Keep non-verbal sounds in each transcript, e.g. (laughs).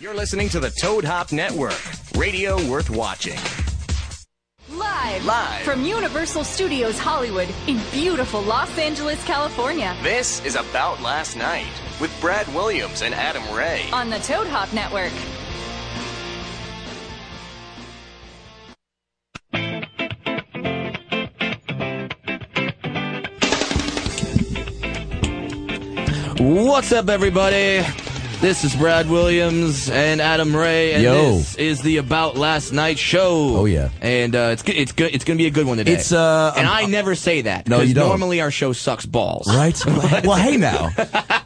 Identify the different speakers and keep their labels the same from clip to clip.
Speaker 1: You're listening to the Toad Hop Network, radio worth watching.
Speaker 2: Live,
Speaker 1: Live.
Speaker 2: from Universal Studios Hollywood in beautiful Los Angeles, California,
Speaker 1: This is About Last Night with Brad Williams and Adam Ray.
Speaker 3: (laughs)
Speaker 2: on the Toad Hop Network.
Speaker 4: What's up, everybody? This is Brad Williams and Adam Ray, and
Speaker 3: Yo.
Speaker 4: this is the About Last Night show.
Speaker 3: Oh, yeah.
Speaker 4: and uh, it's good. It's good. It's gonna be a good one today.
Speaker 3: It's, uh,
Speaker 4: and
Speaker 3: um,
Speaker 4: I never say that.
Speaker 3: No,
Speaker 4: 'cause
Speaker 3: you don't.
Speaker 4: Normally, our show sucks
Speaker 3: (laughs)
Speaker 4: balls.
Speaker 3: Right? well, hey now.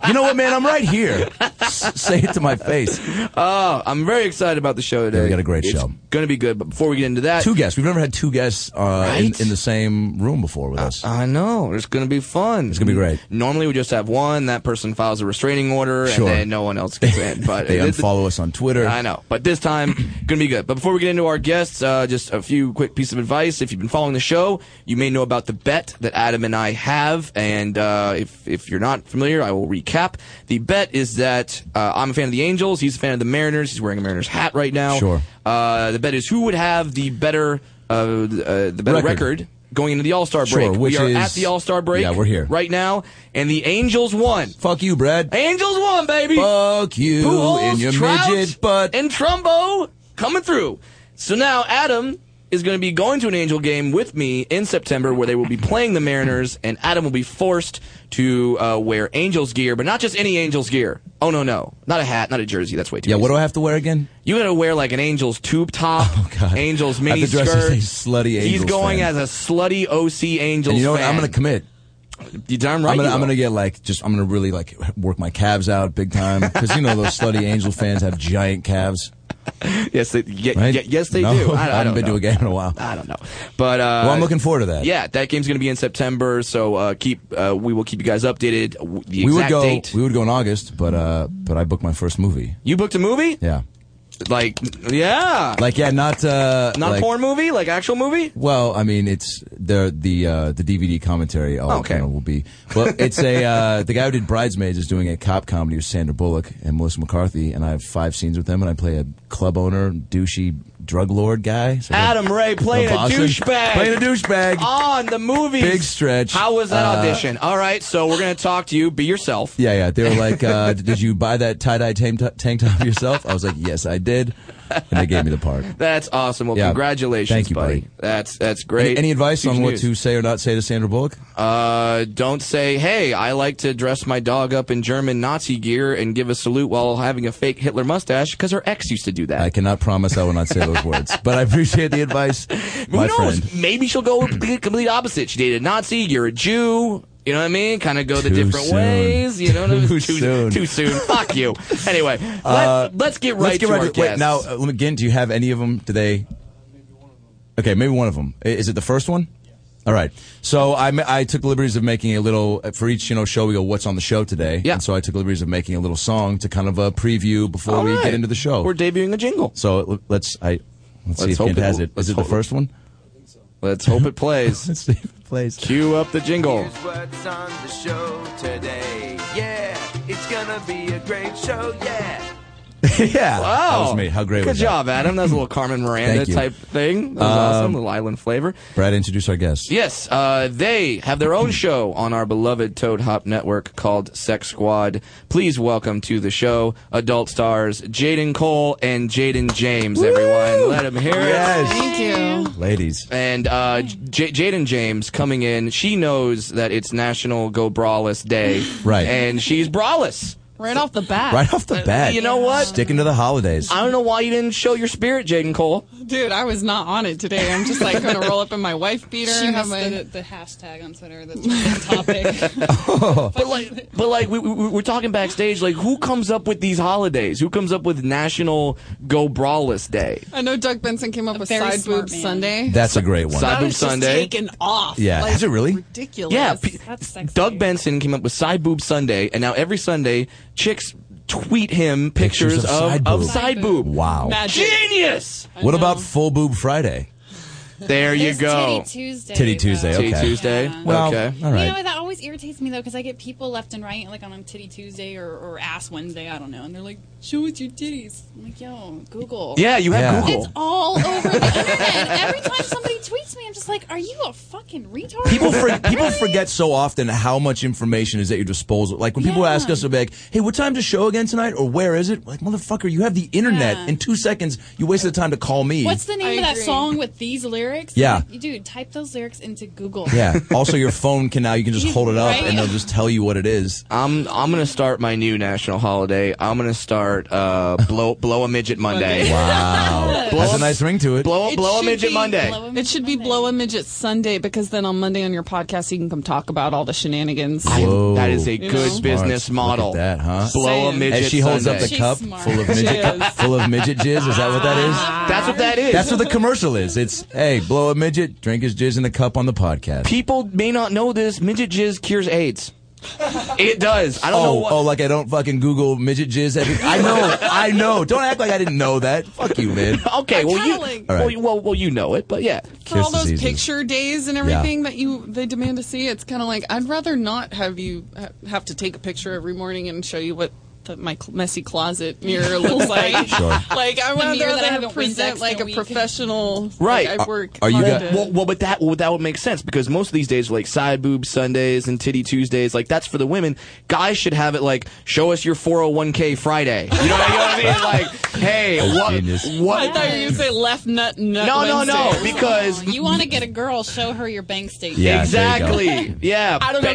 Speaker 3: You know what, man? I'm right (laughs) here. S- say it to my face.
Speaker 4: (laughs) Oh, I'm very excited about the show today.
Speaker 3: we got a great
Speaker 4: It's
Speaker 3: show.
Speaker 4: Gonna be good. But before we get into that,
Speaker 3: Two guests. We've never had two guests uh, in,
Speaker 4: Right?
Speaker 3: in the same room before with us.
Speaker 4: I know. It's going to be fun. It's
Speaker 3: gonna be great.
Speaker 4: Normally, we just have one. That person files a restraining order,
Speaker 3: Sure.
Speaker 4: and then no one else
Speaker 3: (laughs)
Speaker 4: gets in. But
Speaker 3: they
Speaker 4: it- it-
Speaker 3: unfollow us on Twitter.
Speaker 4: I know, but this time
Speaker 3: (clears throat)
Speaker 4: gonna be good. But before we get into our guests, uh, just a few quick piece of advice. If you've been following the show, you may know about the bet that Adam and I have, and uh, if if you're not familiar, I will recap. The bet is that uh, I'm a fan of the Angels, he's a fan of the Mariners. He's wearing a Mariners hat right now.
Speaker 3: Sure.
Speaker 4: Uh, the bet is who would have the better uh, uh, the better record.
Speaker 3: Record.
Speaker 4: Going into the All Star
Speaker 3: Sure,
Speaker 4: break, we
Speaker 3: which
Speaker 4: are
Speaker 3: is-
Speaker 4: at the All Star break.
Speaker 3: Yeah, we're here.
Speaker 4: right now, and the Angels won.
Speaker 3: Fuck you, Brad.
Speaker 4: Angels won, baby.
Speaker 3: Fuck you
Speaker 4: Pujols,
Speaker 3: in your
Speaker 4: Trout,
Speaker 3: midget butt.
Speaker 4: and Trumbo coming through. So now Adam is going to be going to an Angel game with me in September, where they will be playing the Mariners, and Adam will be forced to uh, wear Angels gear, but not just any Angels gear. Oh no, no, not a hat, not a jersey. That's way too.
Speaker 3: yeah, what
Speaker 4: easy.
Speaker 3: do I have to wear again?
Speaker 4: you got to wear like an Angels tube top,
Speaker 3: Oh, God.
Speaker 4: Angels
Speaker 3: I have
Speaker 4: mini
Speaker 3: to dress as
Speaker 4: skirt.
Speaker 3: a slutty
Speaker 4: He's
Speaker 3: Angels
Speaker 4: going
Speaker 3: fan.
Speaker 4: as a slutty OC Angels.
Speaker 3: And you know what?
Speaker 4: fan.
Speaker 3: I'm going to commit.
Speaker 4: You darn right.
Speaker 3: I'm gonna,
Speaker 4: you
Speaker 3: I'm
Speaker 4: will.
Speaker 3: gonna get like just I'm gonna really like work my calves out big time because you know those slutty angel fans have giant calves,
Speaker 4: (laughs) Yes, they, ye-
Speaker 3: right?
Speaker 4: ye- yes, they
Speaker 3: No, (laughs)
Speaker 4: do. I, I
Speaker 3: haven't
Speaker 4: don't
Speaker 3: been
Speaker 4: know.
Speaker 3: to a game in a while.
Speaker 4: I don't know, but uh,
Speaker 3: Well, I'm looking forward to that.
Speaker 4: Yeah, that game's going to be in September, so uh, keep uh, we will keep you guys updated. w- The exact
Speaker 3: we would go.
Speaker 4: date.
Speaker 3: We would go in August, but uh, but I booked my first movie.
Speaker 4: you booked a movie?
Speaker 3: Yeah,
Speaker 4: Like, yeah,
Speaker 3: like yeah, not uh,
Speaker 4: Ah. not
Speaker 3: like,
Speaker 4: a porn movie, like actual movie.
Speaker 3: Well, I mean, it's the the uh, the DVD commentary. All,
Speaker 4: Okay.
Speaker 3: you know, will be. Well, it's a uh, (laughs) the guy who did Bridesmaids is doing a cop comedy with Sandra Bullock and Melissa McCarthy, and I have five scenes with them, and I play a club owner, douchey drug lord guy. So-
Speaker 4: Adam Ray playing a
Speaker 3: Boston.
Speaker 4: douchebag.
Speaker 3: Playing a douchebag.
Speaker 4: On the movie.
Speaker 3: Big stretch.
Speaker 4: How was that
Speaker 3: Uh,
Speaker 4: audition? Oh, All right, so we're going to talk to you. Be yourself.
Speaker 3: Yeah, yeah. They were
Speaker 4: (laughs)
Speaker 3: like, uh, "Did you buy that tie dye tank, t- tank top yourself?" I was like, "Yes, I did," and they gave me the part.
Speaker 4: That's awesome. Well,
Speaker 3: Yeah.
Speaker 4: congratulations,
Speaker 3: Thank you, buddy.
Speaker 4: That's that's great.
Speaker 3: Any, any advice
Speaker 4: Huge
Speaker 3: on what
Speaker 4: news.
Speaker 3: to say or not say to Sandra Bullock?
Speaker 4: Uh, don't say, "Hey, I like to dress my dog up in German Nazi gear and give a salute while having a fake Hitler mustache," because her ex used to do that.
Speaker 3: I cannot promise I will not say those words, but I appreciate the advice, my
Speaker 4: Who knows?
Speaker 3: friend.
Speaker 4: Maybe she'll go the complete opposite. She dated a Nazi. You're a Jew. You know what I mean? Kind of go the
Speaker 3: Too
Speaker 4: different
Speaker 3: soon.
Speaker 4: ways. You know what I mean?
Speaker 3: Too soon. Uh,
Speaker 4: Too soon.
Speaker 3: (laughs)
Speaker 4: Fuck you. Anyway, let's, let's get right
Speaker 3: Let's get
Speaker 4: to our
Speaker 3: right to wait,
Speaker 4: guests.
Speaker 3: now. uh, let me- Again, do you have any of them? Do they? Okay, maybe one of them. Is it the first one? All right. So I, ma- I took liberties of making a little uh, for each you know show we go what's on the show today.
Speaker 4: Yeah.
Speaker 3: And so I took liberties of making a little song to kind of a preview before
Speaker 4: All
Speaker 3: we
Speaker 4: right.
Speaker 3: get into the show.
Speaker 4: We're debuting a jingle.
Speaker 3: so l- let's I let's, see
Speaker 4: Let's
Speaker 3: if
Speaker 4: hope
Speaker 3: Kent
Speaker 4: it-
Speaker 3: has it.
Speaker 4: let's
Speaker 3: Is it the
Speaker 4: hope-
Speaker 3: first one?
Speaker 4: Let's hope
Speaker 3: (laughs)
Speaker 4: it plays.
Speaker 3: Let's see if it plays.
Speaker 4: Cue up the jingle.
Speaker 5: Here's what's on the show today. Yeah, it's gonna be a great show. Yeah.
Speaker 3: (laughs) yeah.
Speaker 4: Wow.
Speaker 3: That was me. How great
Speaker 4: Good
Speaker 3: was that?
Speaker 4: job, Adam. That was a
Speaker 3: (clears throat)
Speaker 4: little Carmen Miranda
Speaker 3: Thank you. Um,
Speaker 4: type thing. That was awesome. little island flavor.
Speaker 3: Brad, introduce our guest.
Speaker 4: Yes, uh, they have
Speaker 3: (clears throat)
Speaker 4: their own show on our beloved Toad Hop network called Sex Squad. Please welcome to the show adult stars Jaden Cole and Jaden James, everyone. Let them hear it.
Speaker 3: Yes,
Speaker 6: Thank you.
Speaker 3: ladies.
Speaker 4: And uh, J- Jaden James coming in, she knows that it's National Go Braless Day.
Speaker 3: Right.
Speaker 4: And she's braless.
Speaker 6: Right off the bat.
Speaker 3: Right off the bat.
Speaker 4: Ah. Uh, You know what?
Speaker 3: Sticking to the holidays.
Speaker 4: I don't know why you didn't show your spirit,
Speaker 3: (laughs)
Speaker 4: Jaden Cole.
Speaker 6: Dude, I was not on it today. I'm just like going to roll up in my wife beater.
Speaker 7: (laughs) She missed
Speaker 6: have my-
Speaker 7: the, the hashtag on Twitter that's the topic.
Speaker 3: Oh.
Speaker 4: But like, but like, we, we, we're talking backstage. Like, who comes up with these holidays? Who comes up with National Go Braless Day?
Speaker 6: I know Doug Benson came up with
Speaker 7: very
Speaker 6: Side
Speaker 7: smart
Speaker 6: Boob
Speaker 7: man.
Speaker 6: Sunday.
Speaker 3: That's a great one.
Speaker 4: Side
Speaker 6: That
Speaker 4: Boob
Speaker 6: was
Speaker 4: Sunday.
Speaker 6: just taken off.
Speaker 3: Yeah.
Speaker 6: Like,
Speaker 3: Is it really?
Speaker 6: Ridiculous.
Speaker 4: Yeah, pe-
Speaker 7: That's sexy.
Speaker 4: Doug Benson came up with Side Boob Sunday, and now every Sunday, chicks tweet him pictures,
Speaker 3: Pictures of
Speaker 4: of, of,
Speaker 3: side
Speaker 4: side
Speaker 7: boob.
Speaker 4: boob.
Speaker 3: Wow.
Speaker 6: Magic.
Speaker 4: Genius!
Speaker 3: What
Speaker 6: know.
Speaker 3: about Full Boob Friday?
Speaker 4: There you
Speaker 7: There's
Speaker 4: go.
Speaker 7: Titty Tuesday.
Speaker 3: Titty
Speaker 7: though.
Speaker 3: Tuesday,
Speaker 4: Titty
Speaker 3: Okay.
Speaker 4: Tuesday.
Speaker 7: Yeah.
Speaker 3: Well,
Speaker 4: okay.
Speaker 3: all right.
Speaker 7: You know that always irritates me though, because I get people left and right, like on um, Titty Tuesday or, or Ass Wednesday, I don't know, and they're like, "Show us your titties." I'm like, "Yo, Google."
Speaker 4: Yeah, you have
Speaker 3: Yeah.
Speaker 4: Google.
Speaker 7: It's all over the internet. Every time somebody tweets me, I'm just like, "Are you a fucking retard?"
Speaker 3: People for, people forget so often how much information is at your disposal. Like when people
Speaker 7: Yeah.
Speaker 3: ask us, they'll be like, "Hey, what time's the show again tonight?" or "Where is it?" We're like, motherfucker, you have the internet.
Speaker 7: Yeah.
Speaker 3: In two seconds, you wasted the time to call me.
Speaker 7: What's the name
Speaker 6: I
Speaker 7: of that
Speaker 6: agree.
Speaker 7: song with these lyrics?
Speaker 3: Yeah.
Speaker 7: Like, dude, type those lyrics into Google. (laughs)
Speaker 3: yeah. Also, your phone can now you can just hold it up
Speaker 7: Right.
Speaker 3: and they'll just tell you what it is.
Speaker 4: I'm I'm gonna start my new national holiday. I'm gonna start uh blow blow a midget Monday.
Speaker 3: Wow,
Speaker 4: (laughs) Blow
Speaker 3: that's a
Speaker 4: up-
Speaker 3: nice ring to it.
Speaker 4: Blow
Speaker 7: It
Speaker 4: blow a
Speaker 7: should
Speaker 4: midget
Speaker 7: be
Speaker 4: Monday.
Speaker 7: Blow 'em
Speaker 6: It should be
Speaker 7: Monday.
Speaker 6: Blow a Midget Sunday because then on Monday on your podcast, you can come talk about all the shenanigans.
Speaker 4: I-
Speaker 3: Whoa.
Speaker 4: that is a
Speaker 3: You
Speaker 4: good
Speaker 6: know?
Speaker 4: business
Speaker 3: Smart.
Speaker 4: model.
Speaker 3: Look at that, huh?
Speaker 4: Blow a
Speaker 6: Saying.
Speaker 4: midget.
Speaker 3: As she holds up the
Speaker 4: Sunday.
Speaker 7: She's
Speaker 3: cup
Speaker 7: smart.
Speaker 3: full of
Speaker 6: She
Speaker 3: midget,
Speaker 6: is.
Speaker 3: (laughs) full of midget jizz. Is that what that is?
Speaker 4: Ah. That's what that is.
Speaker 3: That's what the commercial is. It's hey, blow a midget, drink his jizz in the cup on the podcast.
Speaker 4: (laughs) People may not know this. Midget jizz cures AIDS. It does. I don't know
Speaker 3: Oh,
Speaker 4: what.
Speaker 3: oh, like I don't fucking Google midget jizz. Every- I know, I know. Don't act like I didn't know that. Fuck you, man.
Speaker 4: (laughs) okay, well you,
Speaker 6: Like-
Speaker 3: All right.
Speaker 4: well, well, well, you know it, but yeah.
Speaker 6: for all
Speaker 3: Kiss
Speaker 6: those
Speaker 3: diseases.
Speaker 6: picture days and everything that you they demand to see, it's kind of like I'd rather not have you ha- have to take a picture every morning and show you what the, my cl- messy closet (laughs) mirror looks
Speaker 3: (laughs)
Speaker 6: like.
Speaker 3: Sure.
Speaker 6: Like I would
Speaker 7: mirror that I
Speaker 6: rather
Speaker 7: haven't
Speaker 6: present
Speaker 7: Windexed
Speaker 6: like
Speaker 7: in a
Speaker 6: a
Speaker 7: week.
Speaker 6: professional.
Speaker 4: Right.
Speaker 6: Like, I work.
Speaker 3: are you
Speaker 6: hard
Speaker 3: got-
Speaker 6: to-
Speaker 4: Well, well, but that well, that would make sense because most of these days, like side boob Sundays and titty Tuesdays, like that's for the women. Guys should have it like show us your 401k Friday. You know, you know what I mean? Like,
Speaker 3: (laughs)
Speaker 4: hey, what?
Speaker 3: genius.
Speaker 6: I
Speaker 4: What?
Speaker 6: thought you were gonna say left nut nut.
Speaker 4: No, no, no,
Speaker 6: Wednesday.
Speaker 4: because
Speaker 7: You want to get a girl, show her your bank statement.
Speaker 3: Yeah. there
Speaker 4: exactly. Yeah.
Speaker 6: I don't know.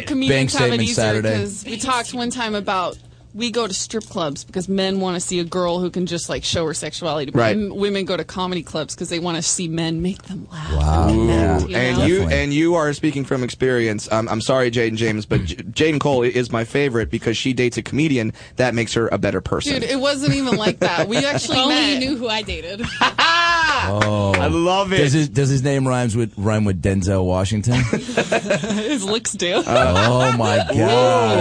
Speaker 3: bank
Speaker 6: Comedians have it
Speaker 3: statement
Speaker 6: easier
Speaker 3: Saturday.
Speaker 6: because we talked one time about we go to strip clubs because men want to see a girl who can just like show her sexuality. But
Speaker 4: Right.
Speaker 6: m- women go to comedy clubs because they want to see men make them laugh.
Speaker 3: Wow.
Speaker 6: That, you
Speaker 4: and
Speaker 6: know?
Speaker 4: you
Speaker 3: Definitely.
Speaker 4: and you are speaking from experience. Um, I'm sorry, Jaden James, but J- Jaden Cole is my favorite because she dates a comedian that makes her a better person.
Speaker 6: Dude, it wasn't even like
Speaker 3: (laughs)
Speaker 6: that. We
Speaker 7: If
Speaker 6: actually
Speaker 7: only
Speaker 6: met.
Speaker 7: you knew who I
Speaker 6: (laughs)
Speaker 7: dated.
Speaker 4: (laughs) I love
Speaker 3: Does his, does his name rhymes with rhyme with Denzel Washington?
Speaker 6: His looks do.
Speaker 3: oh my god!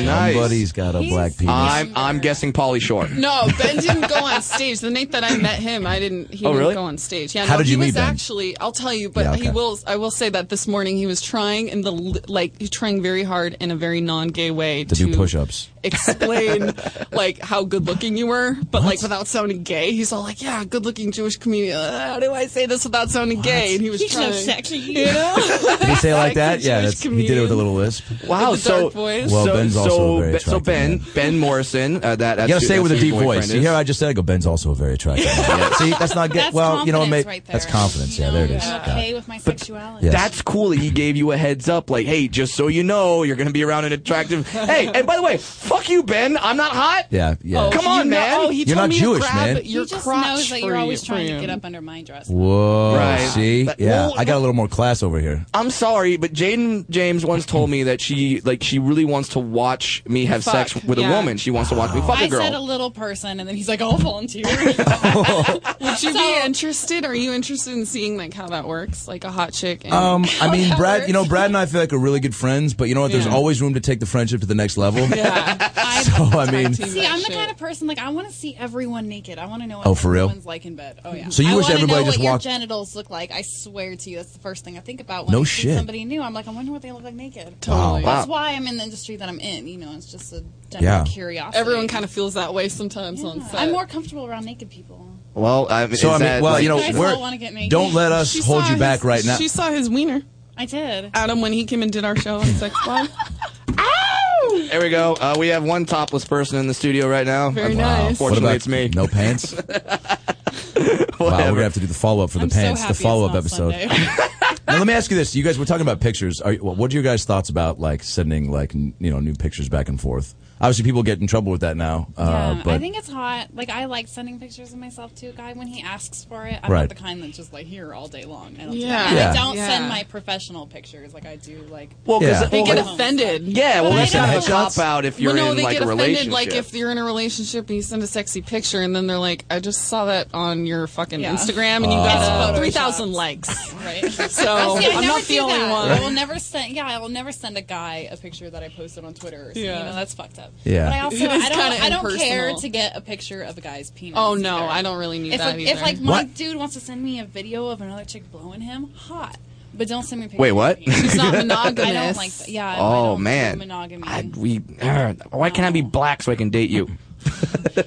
Speaker 4: Nice.
Speaker 3: Somebody's got a black penis.
Speaker 4: I'm I'm guessing Polly Short.
Speaker 6: no, Ben didn't go on stage. The night that I met him, I didn't. He
Speaker 4: Oh,
Speaker 6: didn't
Speaker 4: really?
Speaker 6: go on stage. Yeah,
Speaker 3: How
Speaker 6: no,
Speaker 3: did you
Speaker 6: he
Speaker 3: meet
Speaker 6: was
Speaker 3: Ben?
Speaker 6: actually. I'll tell you, but
Speaker 3: Yeah,
Speaker 6: he
Speaker 3: okay.
Speaker 6: will. I will say that this morning he was trying in the l- like he's trying very hard in a very non-gay way
Speaker 3: To do push-ups.
Speaker 6: explain (laughs) like how good looking you were, but like without sounding gay. He's all like, "Yeah, good looking Jewish comedian. Uh, how do I say this without sounding gay?" And he was
Speaker 7: He's so
Speaker 6: trying.
Speaker 7: sexy.
Speaker 6: You know?
Speaker 3: Did he say it like that?
Speaker 6: Jewish
Speaker 3: Yeah, that's, he did it with a
Speaker 6: comedian.
Speaker 3: little lisp.
Speaker 4: Wow.
Speaker 6: With the
Speaker 4: so
Speaker 6: dark voice.
Speaker 3: Well,
Speaker 4: so,
Speaker 3: Ben's
Speaker 4: so,
Speaker 3: also very
Speaker 4: Ben- so
Speaker 3: attractive
Speaker 4: Ben
Speaker 3: man.
Speaker 4: Ben Morrison. Uh, that that's
Speaker 3: You gotta say
Speaker 4: who-
Speaker 3: it
Speaker 4: that's
Speaker 3: with a
Speaker 4: who his
Speaker 3: deep voice.
Speaker 4: boyfriend
Speaker 3: You
Speaker 4: is.
Speaker 3: hear? I just said, I go. Ben's also a very attractive. man."
Speaker 4: (laughs)
Speaker 3: See, that's not good.
Speaker 7: That's
Speaker 3: well, you know, it may-
Speaker 7: confidence right there.
Speaker 3: that's confidence. Yeah, there it is.
Speaker 7: (laughs) I'm
Speaker 3: God.
Speaker 7: okay with my sexuality.
Speaker 3: Yes. (laughs)
Speaker 4: That's cool that he gave you a heads up, like, hey, just so you know, you're gonna be around an attractive.
Speaker 6: (laughs)
Speaker 4: hey, and by the way, fuck you, Ben. I'm not hot.
Speaker 3: Yeah, yeah.
Speaker 4: Come
Speaker 6: You
Speaker 4: on,
Speaker 6: know-
Speaker 4: man.
Speaker 6: oh, he
Speaker 3: You're
Speaker 6: told
Speaker 3: not
Speaker 6: me to
Speaker 3: Jewish,
Speaker 6: grab
Speaker 3: man.
Speaker 7: He
Speaker 6: Your
Speaker 7: just
Speaker 6: crotch
Speaker 7: knows that
Speaker 6: for
Speaker 7: you're always
Speaker 6: you-
Speaker 7: trying
Speaker 6: for
Speaker 7: to get
Speaker 6: him.
Speaker 7: up under my dress.
Speaker 3: Whoa.
Speaker 4: Right.
Speaker 3: See?
Speaker 4: But-
Speaker 3: yeah.
Speaker 4: well,
Speaker 3: I got a little more class over here.
Speaker 4: I'm sorry, but Jaden James once told me that she like she really wants to watch me have
Speaker 6: Fuck,
Speaker 4: sex with a
Speaker 6: yeah.
Speaker 4: woman. She wants to watch me fuck
Speaker 7: I
Speaker 4: a girl.
Speaker 7: said a little person, and then he's like, (laughs)
Speaker 4: (laughs)
Speaker 7: oh, "I'll volunteer."
Speaker 3: (laughs)
Speaker 6: Would you be
Speaker 7: So-
Speaker 6: interested? Are you interested in seeing like how that works, like a hot chick? And,
Speaker 3: Um, I
Speaker 6: (laughs)
Speaker 3: mean,
Speaker 7: that
Speaker 3: Brad,
Speaker 7: works.
Speaker 3: you know, Brad and I feel like are really good friends, but you know what? There's
Speaker 6: Yeah.
Speaker 3: always room to take the friendship to the next level. (laughs)
Speaker 6: yeah.
Speaker 7: I,
Speaker 3: Oh, I mean,
Speaker 7: see, I'm the kind of person like I want to see everyone naked. I want to know what
Speaker 3: Oh, for real?
Speaker 7: everyone's like in bed. Oh yeah.
Speaker 3: So you
Speaker 7: I
Speaker 3: wish
Speaker 7: wanna
Speaker 3: everybody
Speaker 7: know
Speaker 3: just
Speaker 7: what
Speaker 3: walked-
Speaker 7: your genitals look like. I swear to you, that's the first thing I think about when
Speaker 3: No
Speaker 7: I
Speaker 3: shit.
Speaker 7: see somebody new. I'm like, I wonder what they look like naked.
Speaker 6: Totally.
Speaker 4: Wow.
Speaker 7: That's why I'm in the industry that I'm in. You know, it's just a general
Speaker 3: Yeah.
Speaker 7: curiosity.
Speaker 6: Everyone kind of feels that way sometimes on set.
Speaker 7: I'm more comfortable around naked people.
Speaker 4: well, I mean,
Speaker 3: So
Speaker 4: is
Speaker 3: I
Speaker 4: that,
Speaker 3: mean, well,
Speaker 4: like-
Speaker 3: you know,
Speaker 7: I still
Speaker 3: we're,
Speaker 7: wanna get naked.
Speaker 3: don't let us
Speaker 6: She
Speaker 3: hold
Speaker 6: saw
Speaker 3: you back
Speaker 6: his-
Speaker 3: right now.
Speaker 6: She saw his wiener,
Speaker 7: I did.
Speaker 6: Adam, when he came and did our show on Sex Bomb.
Speaker 4: there we go. Uh, we have one topless person in the studio right now. Uh,
Speaker 6: Very nice.
Speaker 3: What
Speaker 4: Unfortunately,
Speaker 3: about
Speaker 4: it's me.
Speaker 3: no pants? wow, (laughs) we're gonna have to do the follow up for the
Speaker 7: I'm
Speaker 3: pants.
Speaker 7: so
Speaker 3: the
Speaker 7: happy
Speaker 3: follow up
Speaker 7: it's not
Speaker 3: episode.
Speaker 7: Sunday.
Speaker 3: (laughs) now, let me ask you this: You guys were talking about pictures. Are, you- what are your guys' thoughts about like sending like n- you know new pictures back and forth? Obviously, people get in trouble with that now. Uh,
Speaker 7: Yeah,
Speaker 3: but
Speaker 7: I think it's hot. Like I like sending pictures of myself to a guy when he asks for it. I'm
Speaker 3: Right.
Speaker 7: not the kind that's just like here all day long. I don't do
Speaker 6: Yeah.
Speaker 7: that. And
Speaker 3: Yeah.
Speaker 7: I don't
Speaker 6: Yeah.
Speaker 7: send my professional pictures. Like I do like
Speaker 4: Well, 'cause-
Speaker 3: Yeah.
Speaker 4: well,
Speaker 6: They get
Speaker 4: but-
Speaker 6: offended.
Speaker 4: yeah, well,
Speaker 7: But I
Speaker 4: that's not a
Speaker 7: don't-
Speaker 4: cop out if you're
Speaker 6: well, no,
Speaker 4: in
Speaker 6: they
Speaker 4: like
Speaker 6: get
Speaker 4: a
Speaker 6: offended.
Speaker 4: relationship.
Speaker 6: Like if you're in a relationship and you send a sexy picture, and then they're like, "I just saw that on your fucking
Speaker 7: Yeah. Uh,
Speaker 6: Instagram, and you got
Speaker 7: Photoshopped.
Speaker 6: three thousand likes."
Speaker 7: right.
Speaker 6: (laughs)
Speaker 7: See,
Speaker 6: So
Speaker 7: I
Speaker 6: I'm
Speaker 7: never
Speaker 6: not
Speaker 7: do
Speaker 6: the only
Speaker 7: that.
Speaker 6: one.
Speaker 7: I will never send. Yeah, I will never send a guy a picture that I posted on Twitter. Or something.
Speaker 6: Yeah.
Speaker 7: you know, that's fucked up. up.
Speaker 3: Yeah.
Speaker 7: But I also
Speaker 6: It
Speaker 7: I
Speaker 6: is
Speaker 7: don't
Speaker 6: kinda
Speaker 7: I don't care
Speaker 6: impersonal.
Speaker 7: to get a picture of a guy's penis.
Speaker 6: Oh no,
Speaker 7: either.
Speaker 6: I don't really need
Speaker 7: If
Speaker 6: that
Speaker 7: like,
Speaker 6: either.
Speaker 7: if like my
Speaker 3: What?
Speaker 7: dude wants to send me a video of another chick blowing him, hot. But don't send me a picture.
Speaker 4: Wait,
Speaker 7: of
Speaker 4: what?
Speaker 7: your penis.
Speaker 6: it's not monogamous.
Speaker 7: I don't like that. Yeah. I
Speaker 4: Oh
Speaker 7: don't
Speaker 4: man,
Speaker 7: do Monogamy.
Speaker 4: I, we. uh, why can't I be black so I can
Speaker 3: (laughs)
Speaker 4: date you?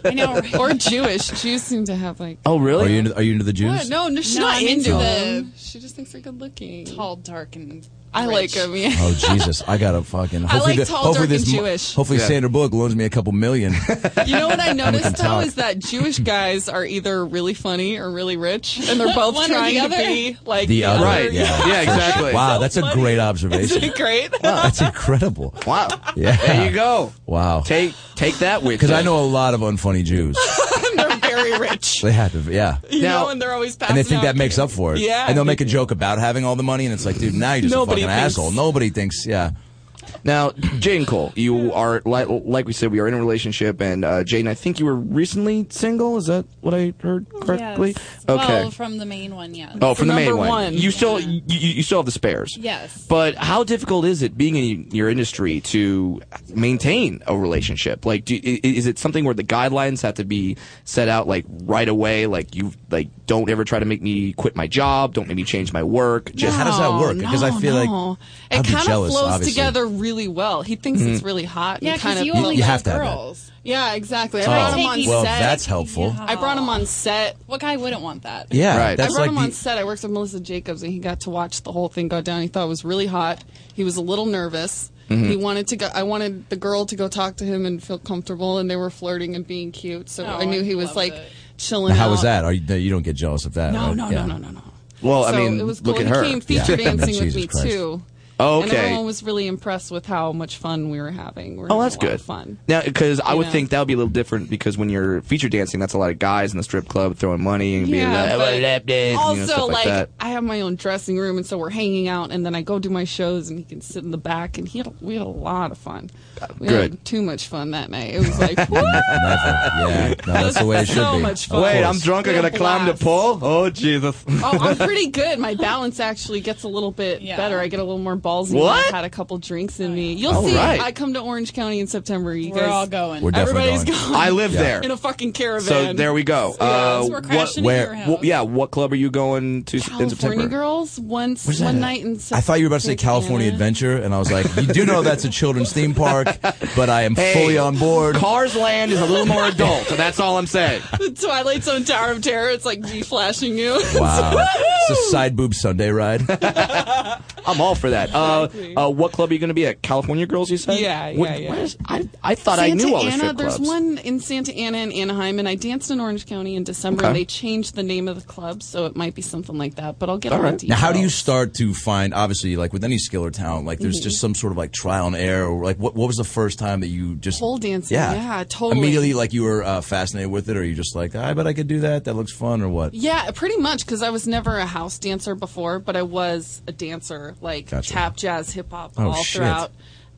Speaker 7: I know. Right?
Speaker 6: Or Jewish. Jews seem to have like.
Speaker 4: Oh really?
Speaker 3: Are you into, are you into the Jews?
Speaker 6: What? No, no, she's
Speaker 7: No,
Speaker 6: not
Speaker 7: I'm into
Speaker 6: into
Speaker 7: them.
Speaker 6: them. She just thinks they're good looking.
Speaker 7: tall, dark, and
Speaker 6: I like
Speaker 7: rich.
Speaker 6: them. Yeah.
Speaker 3: Oh
Speaker 6: (laughs)
Speaker 3: Jesus! I got to fucking.
Speaker 6: I
Speaker 3: Hopefully
Speaker 6: like
Speaker 3: the-
Speaker 6: tall,
Speaker 3: hopefully
Speaker 6: dark,
Speaker 3: this
Speaker 6: and
Speaker 3: mo-
Speaker 6: Jewish.
Speaker 3: Hopefully,
Speaker 4: Yeah.
Speaker 3: Sandra Bullock loans me a couple million.
Speaker 6: You know what I noticed though
Speaker 3: talk.
Speaker 6: is
Speaker 3: (laughs)
Speaker 6: that Jewish guys are either really funny or really rich, and they're both
Speaker 7: One or the
Speaker 6: trying to
Speaker 7: other.
Speaker 6: be like
Speaker 3: the other,
Speaker 4: Right.
Speaker 3: yeah,
Speaker 4: Yeah, exactly.
Speaker 3: Wow, that's a great
Speaker 6: Isn't
Speaker 3: observation.
Speaker 6: it great?
Speaker 3: That's incredible.
Speaker 4: Wow.
Speaker 3: Yeah.
Speaker 4: There you go.
Speaker 3: Wow.
Speaker 4: Take take that with.
Speaker 3: Because I know a lot of unfunny Jews.
Speaker 6: (laughs) and they're very rich.
Speaker 3: They have to, be- yeah.
Speaker 6: (laughs) You
Speaker 4: Now-
Speaker 6: know, and they're always passing.
Speaker 3: And they think
Speaker 6: out
Speaker 3: that makes up for it.
Speaker 6: Yeah.
Speaker 3: And they'll make a joke about having all the money, and it's like, dude, now you're just
Speaker 6: Nobody
Speaker 3: a fucking
Speaker 6: thinks-
Speaker 3: asshole. Nobody thinks, yeah.
Speaker 4: Now, Jay and Cole, you are like like we said, we are in a relationship, and uh, Jaden, I think you were recently single. Is that what I heard correctly?
Speaker 7: Yes.
Speaker 4: Okay.
Speaker 7: Well, from the main one, yes.
Speaker 4: oh, from the main
Speaker 6: Number
Speaker 4: one.
Speaker 6: one.
Speaker 4: You still
Speaker 7: Yeah.
Speaker 4: you, you you still have the spares.
Speaker 7: Yes.
Speaker 4: But how difficult is it being in your industry to maintain a relationship? Like, do, i- is it something where the guidelines have to be set out like right away? Like, you like don't ever try to make me quit my job. Don't make me change my work. Just
Speaker 3: How does that work? Because I feel like I'd
Speaker 6: it
Speaker 3: be
Speaker 6: kind of
Speaker 3: jealous,
Speaker 6: flows
Speaker 3: obviously. Mm.
Speaker 6: together really well. He thinks it's really hot. and
Speaker 7: Yeah,
Speaker 6: kind
Speaker 7: because
Speaker 6: of
Speaker 7: you only
Speaker 3: You
Speaker 7: love
Speaker 3: have to have that.
Speaker 7: girls.
Speaker 6: yeah, exactly. I
Speaker 3: Oh,
Speaker 6: brought him on
Speaker 3: well,
Speaker 6: set.
Speaker 3: that's helpful.
Speaker 6: I brought him on set.
Speaker 7: What guy wouldn't want that?
Speaker 3: Yeah.
Speaker 4: Right.
Speaker 3: That's
Speaker 6: I brought
Speaker 3: like
Speaker 6: him
Speaker 3: the-
Speaker 6: on set. I worked with Melissa Jacobs, and he got to watch the whole thing go down. He thought it was really hot. He was a little nervous.
Speaker 3: Mm-hmm.
Speaker 6: He wanted to go. I wanted the girl to go talk to him and feel comfortable, and they were flirting and being cute. So
Speaker 7: Oh,
Speaker 6: I knew he
Speaker 7: I
Speaker 6: was
Speaker 7: love
Speaker 6: like
Speaker 7: it.
Speaker 6: chilling.
Speaker 3: How
Speaker 6: out.
Speaker 3: was that? Are you, you don't get jealous of that.
Speaker 6: No,
Speaker 3: right?
Speaker 6: no,
Speaker 3: Yeah.
Speaker 6: no, no, no, no.
Speaker 4: well, I
Speaker 6: so
Speaker 4: mean,
Speaker 6: it was cool.
Speaker 4: look at
Speaker 6: and
Speaker 4: her.
Speaker 6: He came feature
Speaker 3: Yeah.
Speaker 6: dancing
Speaker 3: (laughs)
Speaker 6: with
Speaker 3: Jesus
Speaker 6: me
Speaker 3: Christ.
Speaker 6: too.
Speaker 4: Oh,
Speaker 6: And
Speaker 4: okay.
Speaker 6: everyone was really impressed with how much fun we were having. We were
Speaker 4: Oh,
Speaker 6: having
Speaker 4: that's
Speaker 6: a lot of
Speaker 4: good.
Speaker 6: Fun.
Speaker 4: Now, because I
Speaker 6: You
Speaker 4: would
Speaker 6: know?
Speaker 4: think that would be a little different because when you're feature dancing, that's a lot of guys in the strip club throwing money and being like,
Speaker 6: Yeah,
Speaker 4: "I
Speaker 6: but
Speaker 4: want a lap dance,"
Speaker 6: also
Speaker 4: you know, stuff like, that.
Speaker 6: I have my own dressing room, and so we're hanging out, and then I go do my shows, and he can sit in the back, and he had, we had a lot of fun. We
Speaker 4: Good.
Speaker 6: had too much fun that night. It
Speaker 3: (laughs)
Speaker 6: was like woo!
Speaker 3: Yeah. No, that's the way it should
Speaker 6: so
Speaker 3: be.
Speaker 6: much
Speaker 3: Of
Speaker 6: fun.
Speaker 4: Wait,
Speaker 3: course.
Speaker 4: I'm drunk. I
Speaker 6: We had
Speaker 4: gotta
Speaker 6: a
Speaker 4: climb the
Speaker 6: blast.
Speaker 4: pole. Oh
Speaker 7: (laughs)
Speaker 4: Jesus!
Speaker 6: Oh,
Speaker 3: (laughs)
Speaker 6: I'm pretty good. My balance actually gets a little bit
Speaker 7: Yeah. Oh,
Speaker 6: better. I get a little more ballsy.
Speaker 4: What?
Speaker 6: I've had a couple drinks in me. You'll
Speaker 4: All
Speaker 6: see.
Speaker 4: right.
Speaker 6: I come to Orange County in September. You
Speaker 7: We're
Speaker 6: guys,
Speaker 7: all going.
Speaker 3: We're definitely
Speaker 6: everybody's
Speaker 3: going.
Speaker 6: going.
Speaker 4: I live there.
Speaker 6: in a fucking caravan.
Speaker 4: So there we go. Uh,
Speaker 7: so we're crashing
Speaker 3: where-
Speaker 7: at your house.
Speaker 4: wh- yeah, what club are you going to s- in
Speaker 6: California
Speaker 4: September?
Speaker 6: girls once
Speaker 3: that
Speaker 6: one
Speaker 3: at?
Speaker 6: night in. Sep-
Speaker 3: I thought you were about to say California
Speaker 6: Savannah.
Speaker 3: Adventure, and I was like, you do know that's a children's theme park, but I am
Speaker 4: (laughs) Hey.
Speaker 3: fully on board.
Speaker 4: Cars Land is a little more adult. Oh, so that's all I'm saying.
Speaker 6: (laughs) The Twilight Zone Tower of Terror. It's like G
Speaker 4: (laughs)
Speaker 6: flashing you.
Speaker 3: (laughs) Wow. it's a side boob Sunday ride.
Speaker 4: I'm all for that. Uh,
Speaker 6: Exactly.
Speaker 4: uh, what club are you going to be at? California Girls, you said?
Speaker 6: Yeah,
Speaker 4: What-
Speaker 6: yeah, yeah.
Speaker 4: what is- I, I thought I
Speaker 6: Santa
Speaker 4: knew all the
Speaker 6: Ana.
Speaker 4: strip
Speaker 6: There's
Speaker 4: clubs.
Speaker 6: one in Santa Ana and Anaheim, and I danced in Orange County in December.
Speaker 4: Okay.
Speaker 6: and They changed the name of the club, so it might be something like that. But I'll get
Speaker 4: All
Speaker 6: all
Speaker 4: right.
Speaker 6: right.
Speaker 3: Now, how do you start to find? Obviously, like with any skill or talent, like there's
Speaker 6: Mm-hmm.
Speaker 3: just some sort of like trial and error. Or like, what what was the first time that you just
Speaker 6: Pole dancing, yeah, totally.
Speaker 3: Immediately, like you were uh, fascinated with it, or you just like, I bet I could do that. That looks fun, or what?
Speaker 6: Yeah, pretty much because I was never a house dancer before, but I was a dancer, like
Speaker 3: Gotcha.
Speaker 6: tap, jazz, hip hop,
Speaker 3: Oh,
Speaker 6: all
Speaker 3: shit.
Speaker 6: throughout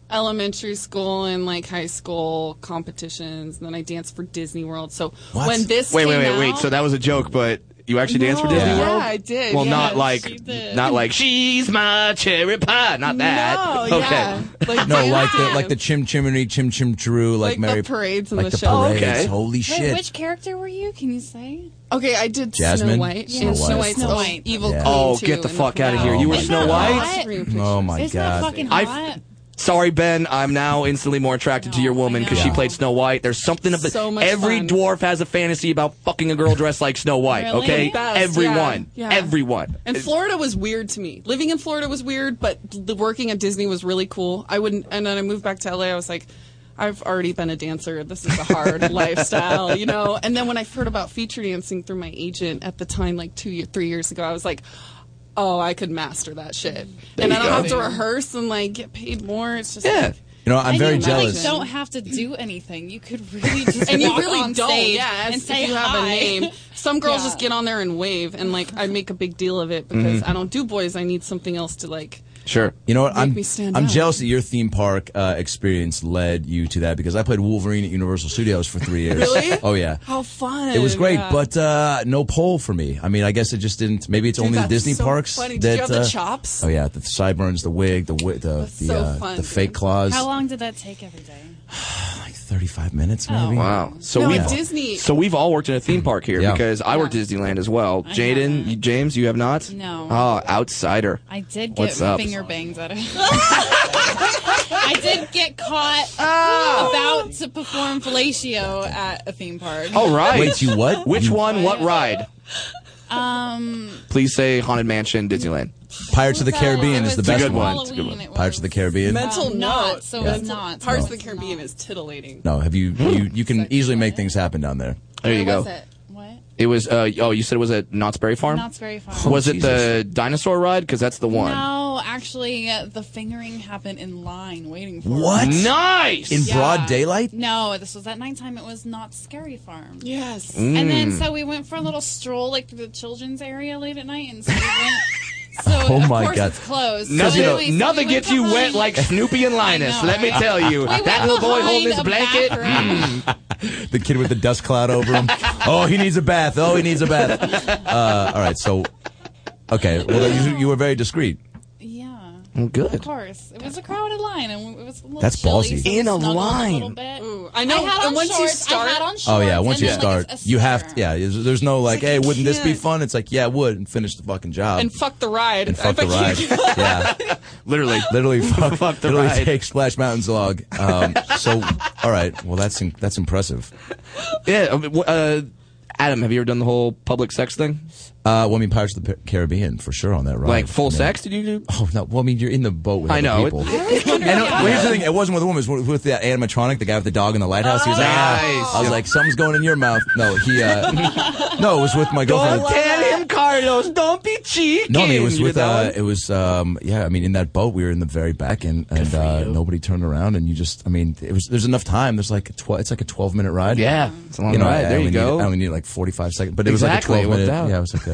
Speaker 6: elementary school and like high school competitions. And then I danced for Disney World. So
Speaker 3: What?
Speaker 6: when this
Speaker 4: Wait, wait,
Speaker 6: came
Speaker 4: wait, wait.
Speaker 6: out-
Speaker 4: So that was a joke, but you actually danced for
Speaker 6: No,
Speaker 4: Disney
Speaker 6: yeah.
Speaker 4: World?
Speaker 6: I did.
Speaker 4: Well,
Speaker 6: yeah.
Speaker 4: not
Speaker 7: she
Speaker 4: like,
Speaker 7: did.
Speaker 4: not like, she's my cherry pie. Not that.
Speaker 6: No,
Speaker 4: okay.
Speaker 6: yeah. Like,
Speaker 3: No, like the
Speaker 6: dance.
Speaker 3: like the chim chimney, chim chim drew, like,
Speaker 6: Like the
Speaker 3: Mary
Speaker 6: parades and
Speaker 3: like
Speaker 6: the
Speaker 3: the
Speaker 6: show. Oh,
Speaker 3: parades.
Speaker 4: Okay.
Speaker 3: Holy
Speaker 7: Wait,
Speaker 3: shit!
Speaker 7: which character were you? Can you say?
Speaker 6: Okay, I did
Speaker 3: Jasmine?
Speaker 6: Snow White.
Speaker 3: Snow
Speaker 6: and
Speaker 3: White.
Speaker 6: Snow White's
Speaker 7: Snow
Speaker 6: the
Speaker 7: White.
Speaker 6: evil
Speaker 3: Yeah.
Speaker 6: queen,
Speaker 4: Oh,
Speaker 6: too,
Speaker 4: get the
Speaker 6: in
Speaker 4: fuck outta here.
Speaker 3: You were
Speaker 4: Snow
Speaker 7: White?
Speaker 3: oh my
Speaker 7: Isn't that
Speaker 3: god!
Speaker 7: fucking
Speaker 4: I've-
Speaker 7: hot?
Speaker 4: Sorry, Ben. I'm now instantly more attracted to your
Speaker 7: No,
Speaker 4: woman
Speaker 7: I
Speaker 4: because she
Speaker 7: know.
Speaker 4: played Snow White. There's something about
Speaker 6: So much
Speaker 4: every
Speaker 6: fun.
Speaker 4: dwarf has a fantasy about fucking a girl dressed like Snow White.
Speaker 7: Really?
Speaker 4: Okay,
Speaker 7: The
Speaker 6: best,
Speaker 4: everyone,
Speaker 6: yeah, yeah.
Speaker 4: everyone.
Speaker 6: And Florida was weird to me. Living in Florida was weird, but the working at Disney was really cool. I wouldn't, and then I moved back to LA. I was like, I've already been a dancer. This is a
Speaker 3: (laughs)
Speaker 6: hard lifestyle, you know. And then when I heard about feature dancing through my agent at the time, like two, year- three years ago, I was like. Oh, I could master that shit, and I don't have to rehearse and like get paid more. It's just
Speaker 4: Yeah.
Speaker 6: like,
Speaker 3: You know, I'm
Speaker 7: And
Speaker 3: very
Speaker 7: you,
Speaker 3: jealous.
Speaker 7: Like, don't have to do anything. You could really
Speaker 3: (laughs)
Speaker 7: just
Speaker 6: (laughs) and you
Speaker 7: walk
Speaker 6: really
Speaker 7: on
Speaker 6: don't.
Speaker 7: stage
Speaker 6: yes,
Speaker 7: and
Speaker 6: if
Speaker 7: say
Speaker 6: you have
Speaker 7: hi.
Speaker 6: a name. Some girls
Speaker 7: Yeah.
Speaker 3: Mm-hmm.
Speaker 6: just get on there and wave, and like I make a big deal of it because I don't do boys. I need something else to like
Speaker 4: Sure.
Speaker 3: You know what? I'm
Speaker 6: me stand
Speaker 3: I'm
Speaker 6: out.
Speaker 3: jealous that your theme park uh, experience led you to that because I played Wolverine at Universal Studios for three years.
Speaker 6: Really?
Speaker 3: Oh yeah.
Speaker 6: How fun!
Speaker 3: It was great,
Speaker 6: yeah.
Speaker 3: but uh, no pole for me. I mean, I guess it just didn't. Maybe it's
Speaker 6: Dude,
Speaker 3: only the
Speaker 6: that's
Speaker 3: Disney
Speaker 6: so
Speaker 3: parks
Speaker 6: funny.
Speaker 3: that.
Speaker 6: Did you have the
Speaker 3: uh,
Speaker 6: chops?
Speaker 3: Oh yeah, the sideburns, the wig, the wi- the
Speaker 6: That's
Speaker 3: the,
Speaker 6: so
Speaker 3: uh,
Speaker 6: fun,
Speaker 3: the fake
Speaker 6: dude.
Speaker 3: claws.
Speaker 7: How long did that take every day?
Speaker 3: Like Thirty five minutes, maybe.
Speaker 4: Wow. So
Speaker 6: No,
Speaker 4: we've
Speaker 6: at Disney-
Speaker 4: So we've all worked in a theme park here
Speaker 3: Yeah.
Speaker 4: because I worked at Disneyland as well. Jaden,
Speaker 7: haven't.
Speaker 4: you- James, you have not.
Speaker 7: No.
Speaker 4: Oh, outsider.
Speaker 7: I did get
Speaker 4: What's up?
Speaker 7: finger bangs out of (laughs) it. I did get caught
Speaker 3: Oh.
Speaker 7: about to perform fellatio at a theme park.
Speaker 4: All Oh, right.
Speaker 3: Wait, you what?
Speaker 4: Which
Speaker 3: You-
Speaker 4: one? What ride?
Speaker 7: Um,
Speaker 4: Please say Haunted Mansion, Disneyland.
Speaker 3: Pirates of the
Speaker 7: so
Speaker 3: Caribbean
Speaker 7: it
Speaker 3: is the
Speaker 7: was
Speaker 3: best
Speaker 4: good
Speaker 3: one.
Speaker 4: one. It's a good
Speaker 7: Halloween,
Speaker 4: one.
Speaker 7: it
Speaker 3: Pirates of the
Speaker 7: was.
Speaker 3: Caribbean.
Speaker 6: mental
Speaker 7: Um,
Speaker 6: not
Speaker 7: knots, so
Speaker 6: mental,
Speaker 7: it's knots,
Speaker 6: Parts
Speaker 7: no.
Speaker 6: of the Caribbean is titillating.
Speaker 3: No, have you? You you can easily make things happen down there.
Speaker 4: There you
Speaker 7: Where
Speaker 4: go.
Speaker 7: was it? What?
Speaker 3: (laughs)
Speaker 4: It was. Uh, oh, you said it was at Knott's Berry Farm.
Speaker 7: Knott's Berry Farm.
Speaker 3: Oh,
Speaker 4: Was it the dinosaur ride? Because that's the one.
Speaker 7: No, actually, uh, the fingering happened in line waiting for
Speaker 3: What?
Speaker 7: It.
Speaker 4: Nice.
Speaker 3: In broad
Speaker 7: Yeah.
Speaker 3: daylight?
Speaker 7: No, this was at nighttime. It was not Scary Farm.
Speaker 6: Yes.
Speaker 7: And then
Speaker 4: Mm.
Speaker 7: so we went for a little stroll like through the children's area late at night, and so we went. So
Speaker 3: (laughs) Oh
Speaker 7: of
Speaker 3: my
Speaker 7: course
Speaker 3: God.
Speaker 7: it's closed.
Speaker 4: Nothing,
Speaker 7: so anyway, so we
Speaker 4: nothing
Speaker 7: went
Speaker 4: gets you wet
Speaker 7: behind-
Speaker 4: like Snoopy and Linus.
Speaker 7: I know,
Speaker 4: Let me
Speaker 7: right?
Speaker 4: tell you,
Speaker 7: We
Speaker 4: that
Speaker 7: went
Speaker 4: little boy holding his
Speaker 7: behind a
Speaker 4: blanket. Mm.
Speaker 7: bathroom.
Speaker 3: (laughs) The kid with the dust cloud over him. Oh, he needs a bath. Oh, he needs a
Speaker 6: (laughs)
Speaker 3: bath. Uh, all right, so okay. Well, you, you were very discreet.
Speaker 7: Yeah.
Speaker 4: Mm,
Speaker 7: Of
Speaker 4: Good.
Speaker 7: course, it was a crowded line, and it was a little
Speaker 3: That's
Speaker 7: chilly,
Speaker 3: ballsy.
Speaker 7: so we
Speaker 4: In a
Speaker 7: snuggled
Speaker 4: line.
Speaker 7: little bit.
Speaker 6: Ooh, I know,
Speaker 7: I had
Speaker 6: and
Speaker 7: on
Speaker 6: once you
Speaker 7: shorts,
Speaker 6: start-
Speaker 7: I had on shorts.
Speaker 3: Oh yeah, once
Speaker 7: and
Speaker 3: you
Speaker 7: then,
Speaker 3: start,
Speaker 7: like, a- a
Speaker 3: you have
Speaker 7: sweater.
Speaker 3: to, yeah. There's, there's no like,
Speaker 6: like,
Speaker 3: hey,
Speaker 6: you
Speaker 3: wouldn't this be
Speaker 6: can't.
Speaker 3: fun? It's like, yeah, it would, and finish the fucking
Speaker 4: Um,
Speaker 3: job
Speaker 6: And fuck the ride.
Speaker 3: And fuck
Speaker 6: I
Speaker 3: the
Speaker 6: bet
Speaker 3: ride.
Speaker 6: you-
Speaker 3: (laughs)
Speaker 4: (laughs)
Speaker 3: yeah,
Speaker 4: Literally. (laughs)
Speaker 3: literally fuck,
Speaker 4: Fuck the
Speaker 3: literally
Speaker 4: ride.
Speaker 3: take Splash Mountain's log. Um, so, all right, well that's in, that's impressive.
Speaker 4: Yeah. I mean, wh- Uh, Adam, have you ever done the whole public sex thing?
Speaker 3: Uh, well, I mean, Pirates of the Caribbean for sure on that ride.
Speaker 4: Like full
Speaker 3: I mean-
Speaker 4: sex? Did you do?
Speaker 3: Oh no! Well, I mean, you're in the boat with
Speaker 4: I
Speaker 3: other
Speaker 4: know, it- (laughs)
Speaker 3: people.
Speaker 4: I
Speaker 3: and uh, well, here's the thing: it wasn't with a woman; it was with that animatronic, the guy with the dog in the lighthouse. he was like, ah.
Speaker 4: Oh, Nice.
Speaker 3: I was like, something's going in your mouth. No, he. Uh, (laughs) no, it was with my girlfriend.
Speaker 4: tell him, Carlos. Don't be cheeky.
Speaker 3: No, I mean, it was
Speaker 4: You
Speaker 3: with.
Speaker 4: know?
Speaker 3: Uh, it was. Um, yeah, I mean, in that boat, we were in the very back end, and uh, nobody turned around, and you just. I mean, it was. There's enough time. There's like. A tw- it's like a 12 minute ride.
Speaker 4: yeah, it's a long
Speaker 3: You know, I-
Speaker 4: ride.
Speaker 3: I
Speaker 4: There
Speaker 3: only
Speaker 4: you
Speaker 3: needed-
Speaker 4: go.
Speaker 3: I only needed like 45 seconds, but it was
Speaker 4: Exactly,
Speaker 3: like a 12
Speaker 4: it worked
Speaker 3: minute.
Speaker 4: out.
Speaker 3: Yeah, it was like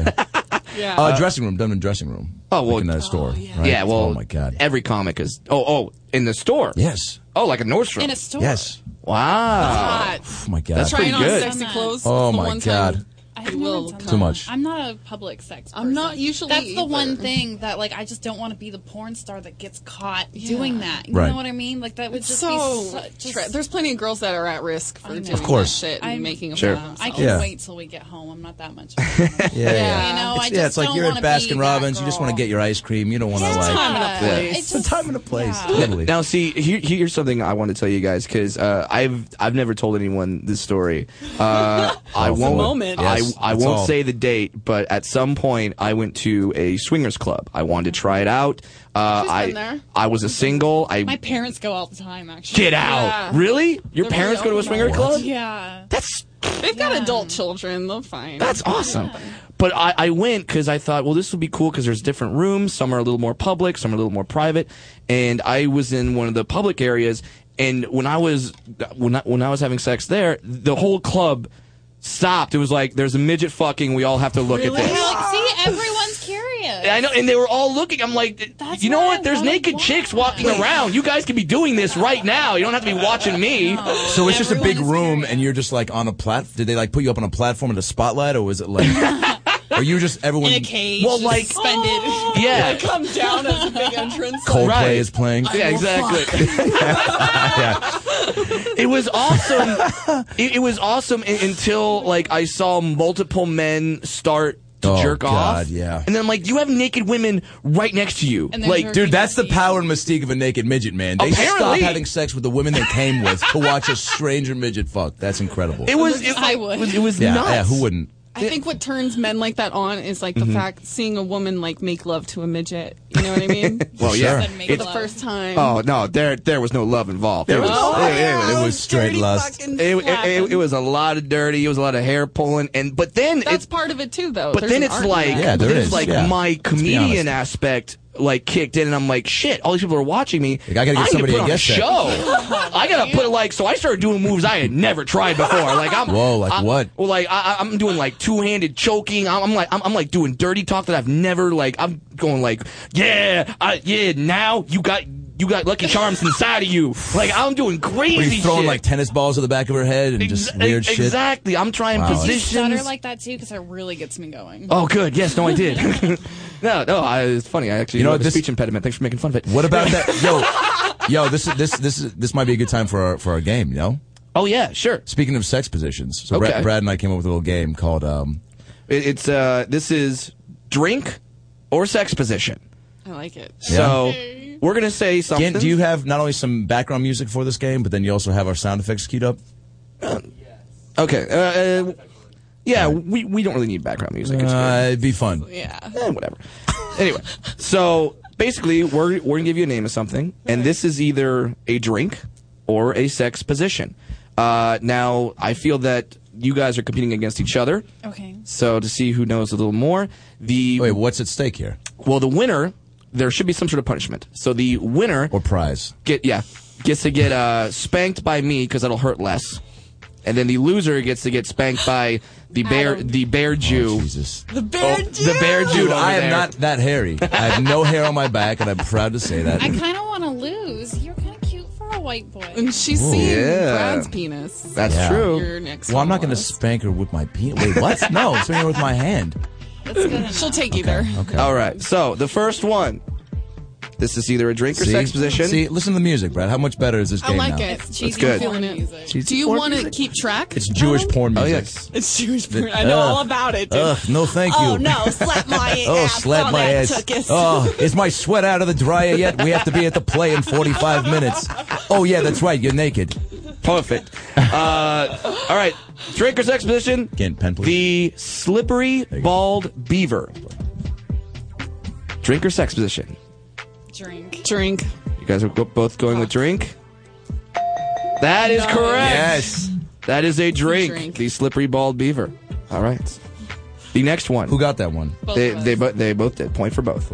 Speaker 3: a
Speaker 4: (laughs)
Speaker 6: yeah.
Speaker 3: uh, dressing room, done in dressing room.
Speaker 4: Oh, well-
Speaker 3: like in a store. right?
Speaker 4: Yeah, well, (laughs)
Speaker 3: Oh my god.
Speaker 4: Every comic is. Oh, oh, in the store.
Speaker 3: yes.
Speaker 4: Oh, like a Nordstrom.
Speaker 7: in a store.
Speaker 3: Yes.
Speaker 4: wow.
Speaker 6: Hot.
Speaker 3: Oh my god.
Speaker 4: That's
Speaker 6: Trying
Speaker 4: pretty
Speaker 6: on
Speaker 4: good.
Speaker 6: sexy clothes.
Speaker 3: Oh
Speaker 6: It's the
Speaker 3: my
Speaker 6: one time-
Speaker 3: god.
Speaker 7: I have
Speaker 6: will
Speaker 7: never done
Speaker 3: Too
Speaker 7: that.
Speaker 3: much.
Speaker 7: I'm not a public sex. Person.
Speaker 6: I'm not usually
Speaker 7: That's the
Speaker 6: either.
Speaker 7: one thing that like I just don't want to be the porn star that gets caught doing that. You
Speaker 3: Right.
Speaker 7: know what I mean? Like that would just
Speaker 6: so
Speaker 7: be such.
Speaker 6: tra-
Speaker 7: just-
Speaker 6: there's plenty of girls that are at risk for doing
Speaker 7: Of
Speaker 3: course.
Speaker 6: that shit and
Speaker 7: I'm-
Speaker 6: making a
Speaker 4: Sure.
Speaker 6: fool of
Speaker 7: I can
Speaker 6: themselves.
Speaker 3: Yeah.
Speaker 7: wait till we get home. I'm not that much. Of a woman.
Speaker 3: Yeah. yeah.
Speaker 7: You know, I
Speaker 3: It's,
Speaker 7: just
Speaker 3: yeah, it's like
Speaker 7: don't
Speaker 3: you're at
Speaker 7: wanna be
Speaker 3: Baskin
Speaker 7: that
Speaker 3: Robbins. You just
Speaker 7: girl.
Speaker 3: want to get your ice cream. You don't want to
Speaker 7: Yeah.
Speaker 3: like.
Speaker 4: Yeah.
Speaker 7: It's
Speaker 3: It's a
Speaker 7: just-
Speaker 3: time and a place.
Speaker 7: yeah.
Speaker 3: Totally.
Speaker 4: Now, see, here, here's something I want to tell you guys because uh, I've I've never told anyone this story.
Speaker 3: (laughs)
Speaker 4: Uh, I
Speaker 3: It's a
Speaker 4: won't.
Speaker 6: moment.
Speaker 4: I,
Speaker 3: Yes,
Speaker 4: I
Speaker 3: it's
Speaker 4: won't
Speaker 3: all.
Speaker 4: say the date, but at some point I went to a swingers club. I wanted to try it out. Uh,
Speaker 6: She's
Speaker 4: I
Speaker 6: been there.
Speaker 4: I was a single. I
Speaker 7: (laughs) My parents go all the time. Actually.
Speaker 4: get out.
Speaker 6: Yeah.
Speaker 4: Really? Your
Speaker 6: They're
Speaker 4: parents go to
Speaker 6: really
Speaker 4: a
Speaker 6: open
Speaker 4: swinger
Speaker 6: about it.
Speaker 4: club?
Speaker 7: Yeah.
Speaker 4: That's
Speaker 6: They've got adult children. They're fine.
Speaker 4: That's awesome. But I, I went because I thought, well, this would be cool because there's different rooms. Some are a little more public, some are a little more private. And I was in one of the public areas, and when I was when I, when I was having sex there, the whole club stopped. It was like, there's a midget fucking. We all have to look at
Speaker 7: And you're
Speaker 4: this.
Speaker 7: like, see, everyone's curious.
Speaker 4: I know, and they were all looking. I'm like,
Speaker 7: That's
Speaker 4: you know
Speaker 7: what
Speaker 4: what?
Speaker 7: I
Speaker 4: There's
Speaker 7: wanna
Speaker 4: naked
Speaker 7: watch.
Speaker 4: chicks walking around. You guys could be doing this right now. You don't have to be watching me.
Speaker 3: So it's just a big
Speaker 7: Everyone is
Speaker 3: room,
Speaker 7: curious.
Speaker 3: and you're just like on a plat. Did they like put you up on a platform in a spotlight, or was it
Speaker 7: (laughs)
Speaker 3: like? or you were just everyone?
Speaker 7: in a cage.
Speaker 4: Well,
Speaker 7: just (laughs)
Speaker 4: like- Oh.
Speaker 7: suspended.
Speaker 4: Yeah,
Speaker 6: Come down as a big entrance.
Speaker 3: Coldplay
Speaker 4: Right.
Speaker 3: is playing.
Speaker 4: Yeah,
Speaker 7: (laughs)
Speaker 4: exactly.
Speaker 3: yeah.
Speaker 4: (laughs) It was awesome. it, it was awesome un- until like I saw multiple men start to
Speaker 3: Oh,
Speaker 4: jerk
Speaker 3: God,
Speaker 4: off.
Speaker 3: yeah.
Speaker 4: And then I'm like, you have naked women right next to you.
Speaker 7: And they're
Speaker 4: like,
Speaker 7: jerking.
Speaker 3: Dude, that's the power and mystique of a naked midget, man. They stop
Speaker 4: Apparently.
Speaker 3: having sex with the women they came with to watch a stranger midget fuck. That's incredible.
Speaker 4: it was. It,
Speaker 7: I would.
Speaker 4: It was, it was
Speaker 3: yeah,
Speaker 4: nuts.
Speaker 3: yeah, who wouldn't?
Speaker 6: I think what turns men like that on is like the
Speaker 4: Mm-hmm.
Speaker 6: fact seeing a woman like make love to a midget. You know what I mean?
Speaker 4: (laughs) Well, yeah.
Speaker 7: Sure.
Speaker 6: For
Speaker 4: It's-
Speaker 6: the first time.
Speaker 4: oh no, there there was no love involved. There was.
Speaker 6: Oh,
Speaker 3: it- it-
Speaker 6: yeah,
Speaker 3: it was straight
Speaker 6: dirty
Speaker 3: lust.
Speaker 6: fucking
Speaker 4: It, it,
Speaker 6: slapping.
Speaker 4: it, it was a lot of dirty. It was a lot of hair pulling, and but then
Speaker 6: That's
Speaker 4: (laughs) it's
Speaker 6: part of it too, though.
Speaker 4: but
Speaker 6: There's
Speaker 4: then
Speaker 6: an
Speaker 4: it's
Speaker 6: art in
Speaker 4: like
Speaker 6: that.
Speaker 3: Yeah, there
Speaker 4: there's
Speaker 3: is,
Speaker 4: like
Speaker 3: yeah.
Speaker 4: my
Speaker 3: be honest.
Speaker 4: comedian aspect like kicked in, and I'm like, shit, all these people are watching me.
Speaker 3: Like, I gotta get
Speaker 4: need to
Speaker 3: somebody
Speaker 4: put
Speaker 3: to
Speaker 4: on
Speaker 3: guess that.
Speaker 4: show. I gotta put it like so. I started doing moves I had never tried before. Like I'm
Speaker 3: (laughs) Whoa, like
Speaker 4: I'm-
Speaker 3: what?
Speaker 4: Well, like I, I- I'm doing like two handed choking. I'm, I'm like I'm, I'm like doing dirty talk that I've never like. I'm going like yeah, I, yeah. Now you got you got Lucky Charms inside of you. Like I'm doing crazy.
Speaker 3: Were you throwing
Speaker 4: shit.
Speaker 3: like tennis balls at the back of her head and
Speaker 4: Ex-
Speaker 3: just weird
Speaker 4: exactly.
Speaker 3: shit?
Speaker 4: I'm trying
Speaker 3: Wow. Did you
Speaker 7: You stutter
Speaker 4: positions.
Speaker 7: like that too because it really gets me going.
Speaker 4: oh, good. Yes. No, I did. (laughs) no, no. I, it's funny. I actually
Speaker 3: You
Speaker 4: you
Speaker 3: know what,
Speaker 4: know have a
Speaker 3: this-
Speaker 4: speech impediment. Thanks for making fun of it.
Speaker 3: What about that? Yo, yo, this is this this is this might be a good time for our for our game. You know,
Speaker 4: Oh yeah, sure.
Speaker 3: speaking of sex positions, so Brad,
Speaker 4: Okay.
Speaker 3: Brad and I came up with a little game called um,
Speaker 4: (laughs) It, it's uh, this is drink or sex position.
Speaker 6: I like it.
Speaker 4: So we're gonna say something.
Speaker 3: Gant, do you have not only some background music for this game, but then you also have our sound effects queued up?
Speaker 4: Uh, Okay. Uh, uh, yeah, we, we don't really need background music. It's
Speaker 3: Uh, it'd be fun.
Speaker 6: Yeah.
Speaker 4: good. Eh, whatever. anyway, so basically, we're we're gonna give you a name of something, and this is either a drink or a sex position. Uh, now, I feel that you guys are competing against each other.
Speaker 7: Okay.
Speaker 4: So to see who knows a little more, the
Speaker 3: Wait, what's at stake here?
Speaker 4: well, the winner there should be some sort of punishment. So the winner
Speaker 3: Or prize?
Speaker 4: get yeah gets to get uh, spanked by me because that'll hurt less, and then the loser gets to get spanked by the bear
Speaker 7: Adam.
Speaker 4: the bear Jew.
Speaker 3: Oh, Jesus.
Speaker 6: The bear
Speaker 4: the bear Jew.
Speaker 3: Dude,
Speaker 4: over
Speaker 3: I am
Speaker 4: there.
Speaker 3: not that hairy. I have no hair on my back, and I'm proud to say that.
Speaker 7: I kind of want to lose. You're kind of cute for a white boy.
Speaker 6: And she's seen
Speaker 4: Yeah.
Speaker 6: Brad's penis.
Speaker 4: That's
Speaker 3: Yeah.
Speaker 4: true.
Speaker 6: Your next
Speaker 3: Well, I'm
Speaker 6: one
Speaker 3: not going to
Speaker 6: was.
Speaker 3: spank her with my penis. Wait, what? No, I'm spanking her with my hand.
Speaker 7: That's good enough.
Speaker 6: She'll take either.
Speaker 3: Okay.
Speaker 4: (laughs) All right. So the first one. This is either a drink or
Speaker 3: See?
Speaker 4: sex position.
Speaker 3: See, listen to the music, Brad. How much better is this
Speaker 6: I
Speaker 3: game
Speaker 6: like
Speaker 3: now?
Speaker 6: it.
Speaker 7: It's cheesy
Speaker 4: good.
Speaker 7: porn
Speaker 6: Feeling it.
Speaker 7: music.
Speaker 6: Do you want to keep track? (laughs)
Speaker 3: It's Jewish porn
Speaker 4: oh
Speaker 3: music.
Speaker 4: yes.
Speaker 6: It's Jewish porn. (laughs) I know
Speaker 3: Ugh.
Speaker 6: all about it. Dude.
Speaker 3: Ugh, uh, no thank you.
Speaker 6: Oh no, slap
Speaker 3: (laughs)
Speaker 6: my
Speaker 3: Oh,
Speaker 6: ass.
Speaker 3: slap
Speaker 6: all
Speaker 3: my
Speaker 6: that
Speaker 3: ass.
Speaker 6: took us.
Speaker 3: Oh, is my sweat out of the dryer yet? We have to be at the play in 45 minutes. Oh, yeah, that's right. You're naked.
Speaker 4: Perfect. Uh, all right. Drink or sex position.
Speaker 3: Again, pen, please.
Speaker 4: The slippery
Speaker 3: you go.
Speaker 4: bald beaver. Drink or sex position.
Speaker 7: Drink.
Speaker 6: Drink.
Speaker 4: You guys are go- both going with drink. That is correct.
Speaker 3: Yes.
Speaker 4: That is a drink,
Speaker 6: Drink.
Speaker 4: The slippery bald beaver. All right. The next one.
Speaker 3: Who got that one?
Speaker 7: Both
Speaker 4: they
Speaker 7: of us.
Speaker 4: they, bo- they both did. Point for both.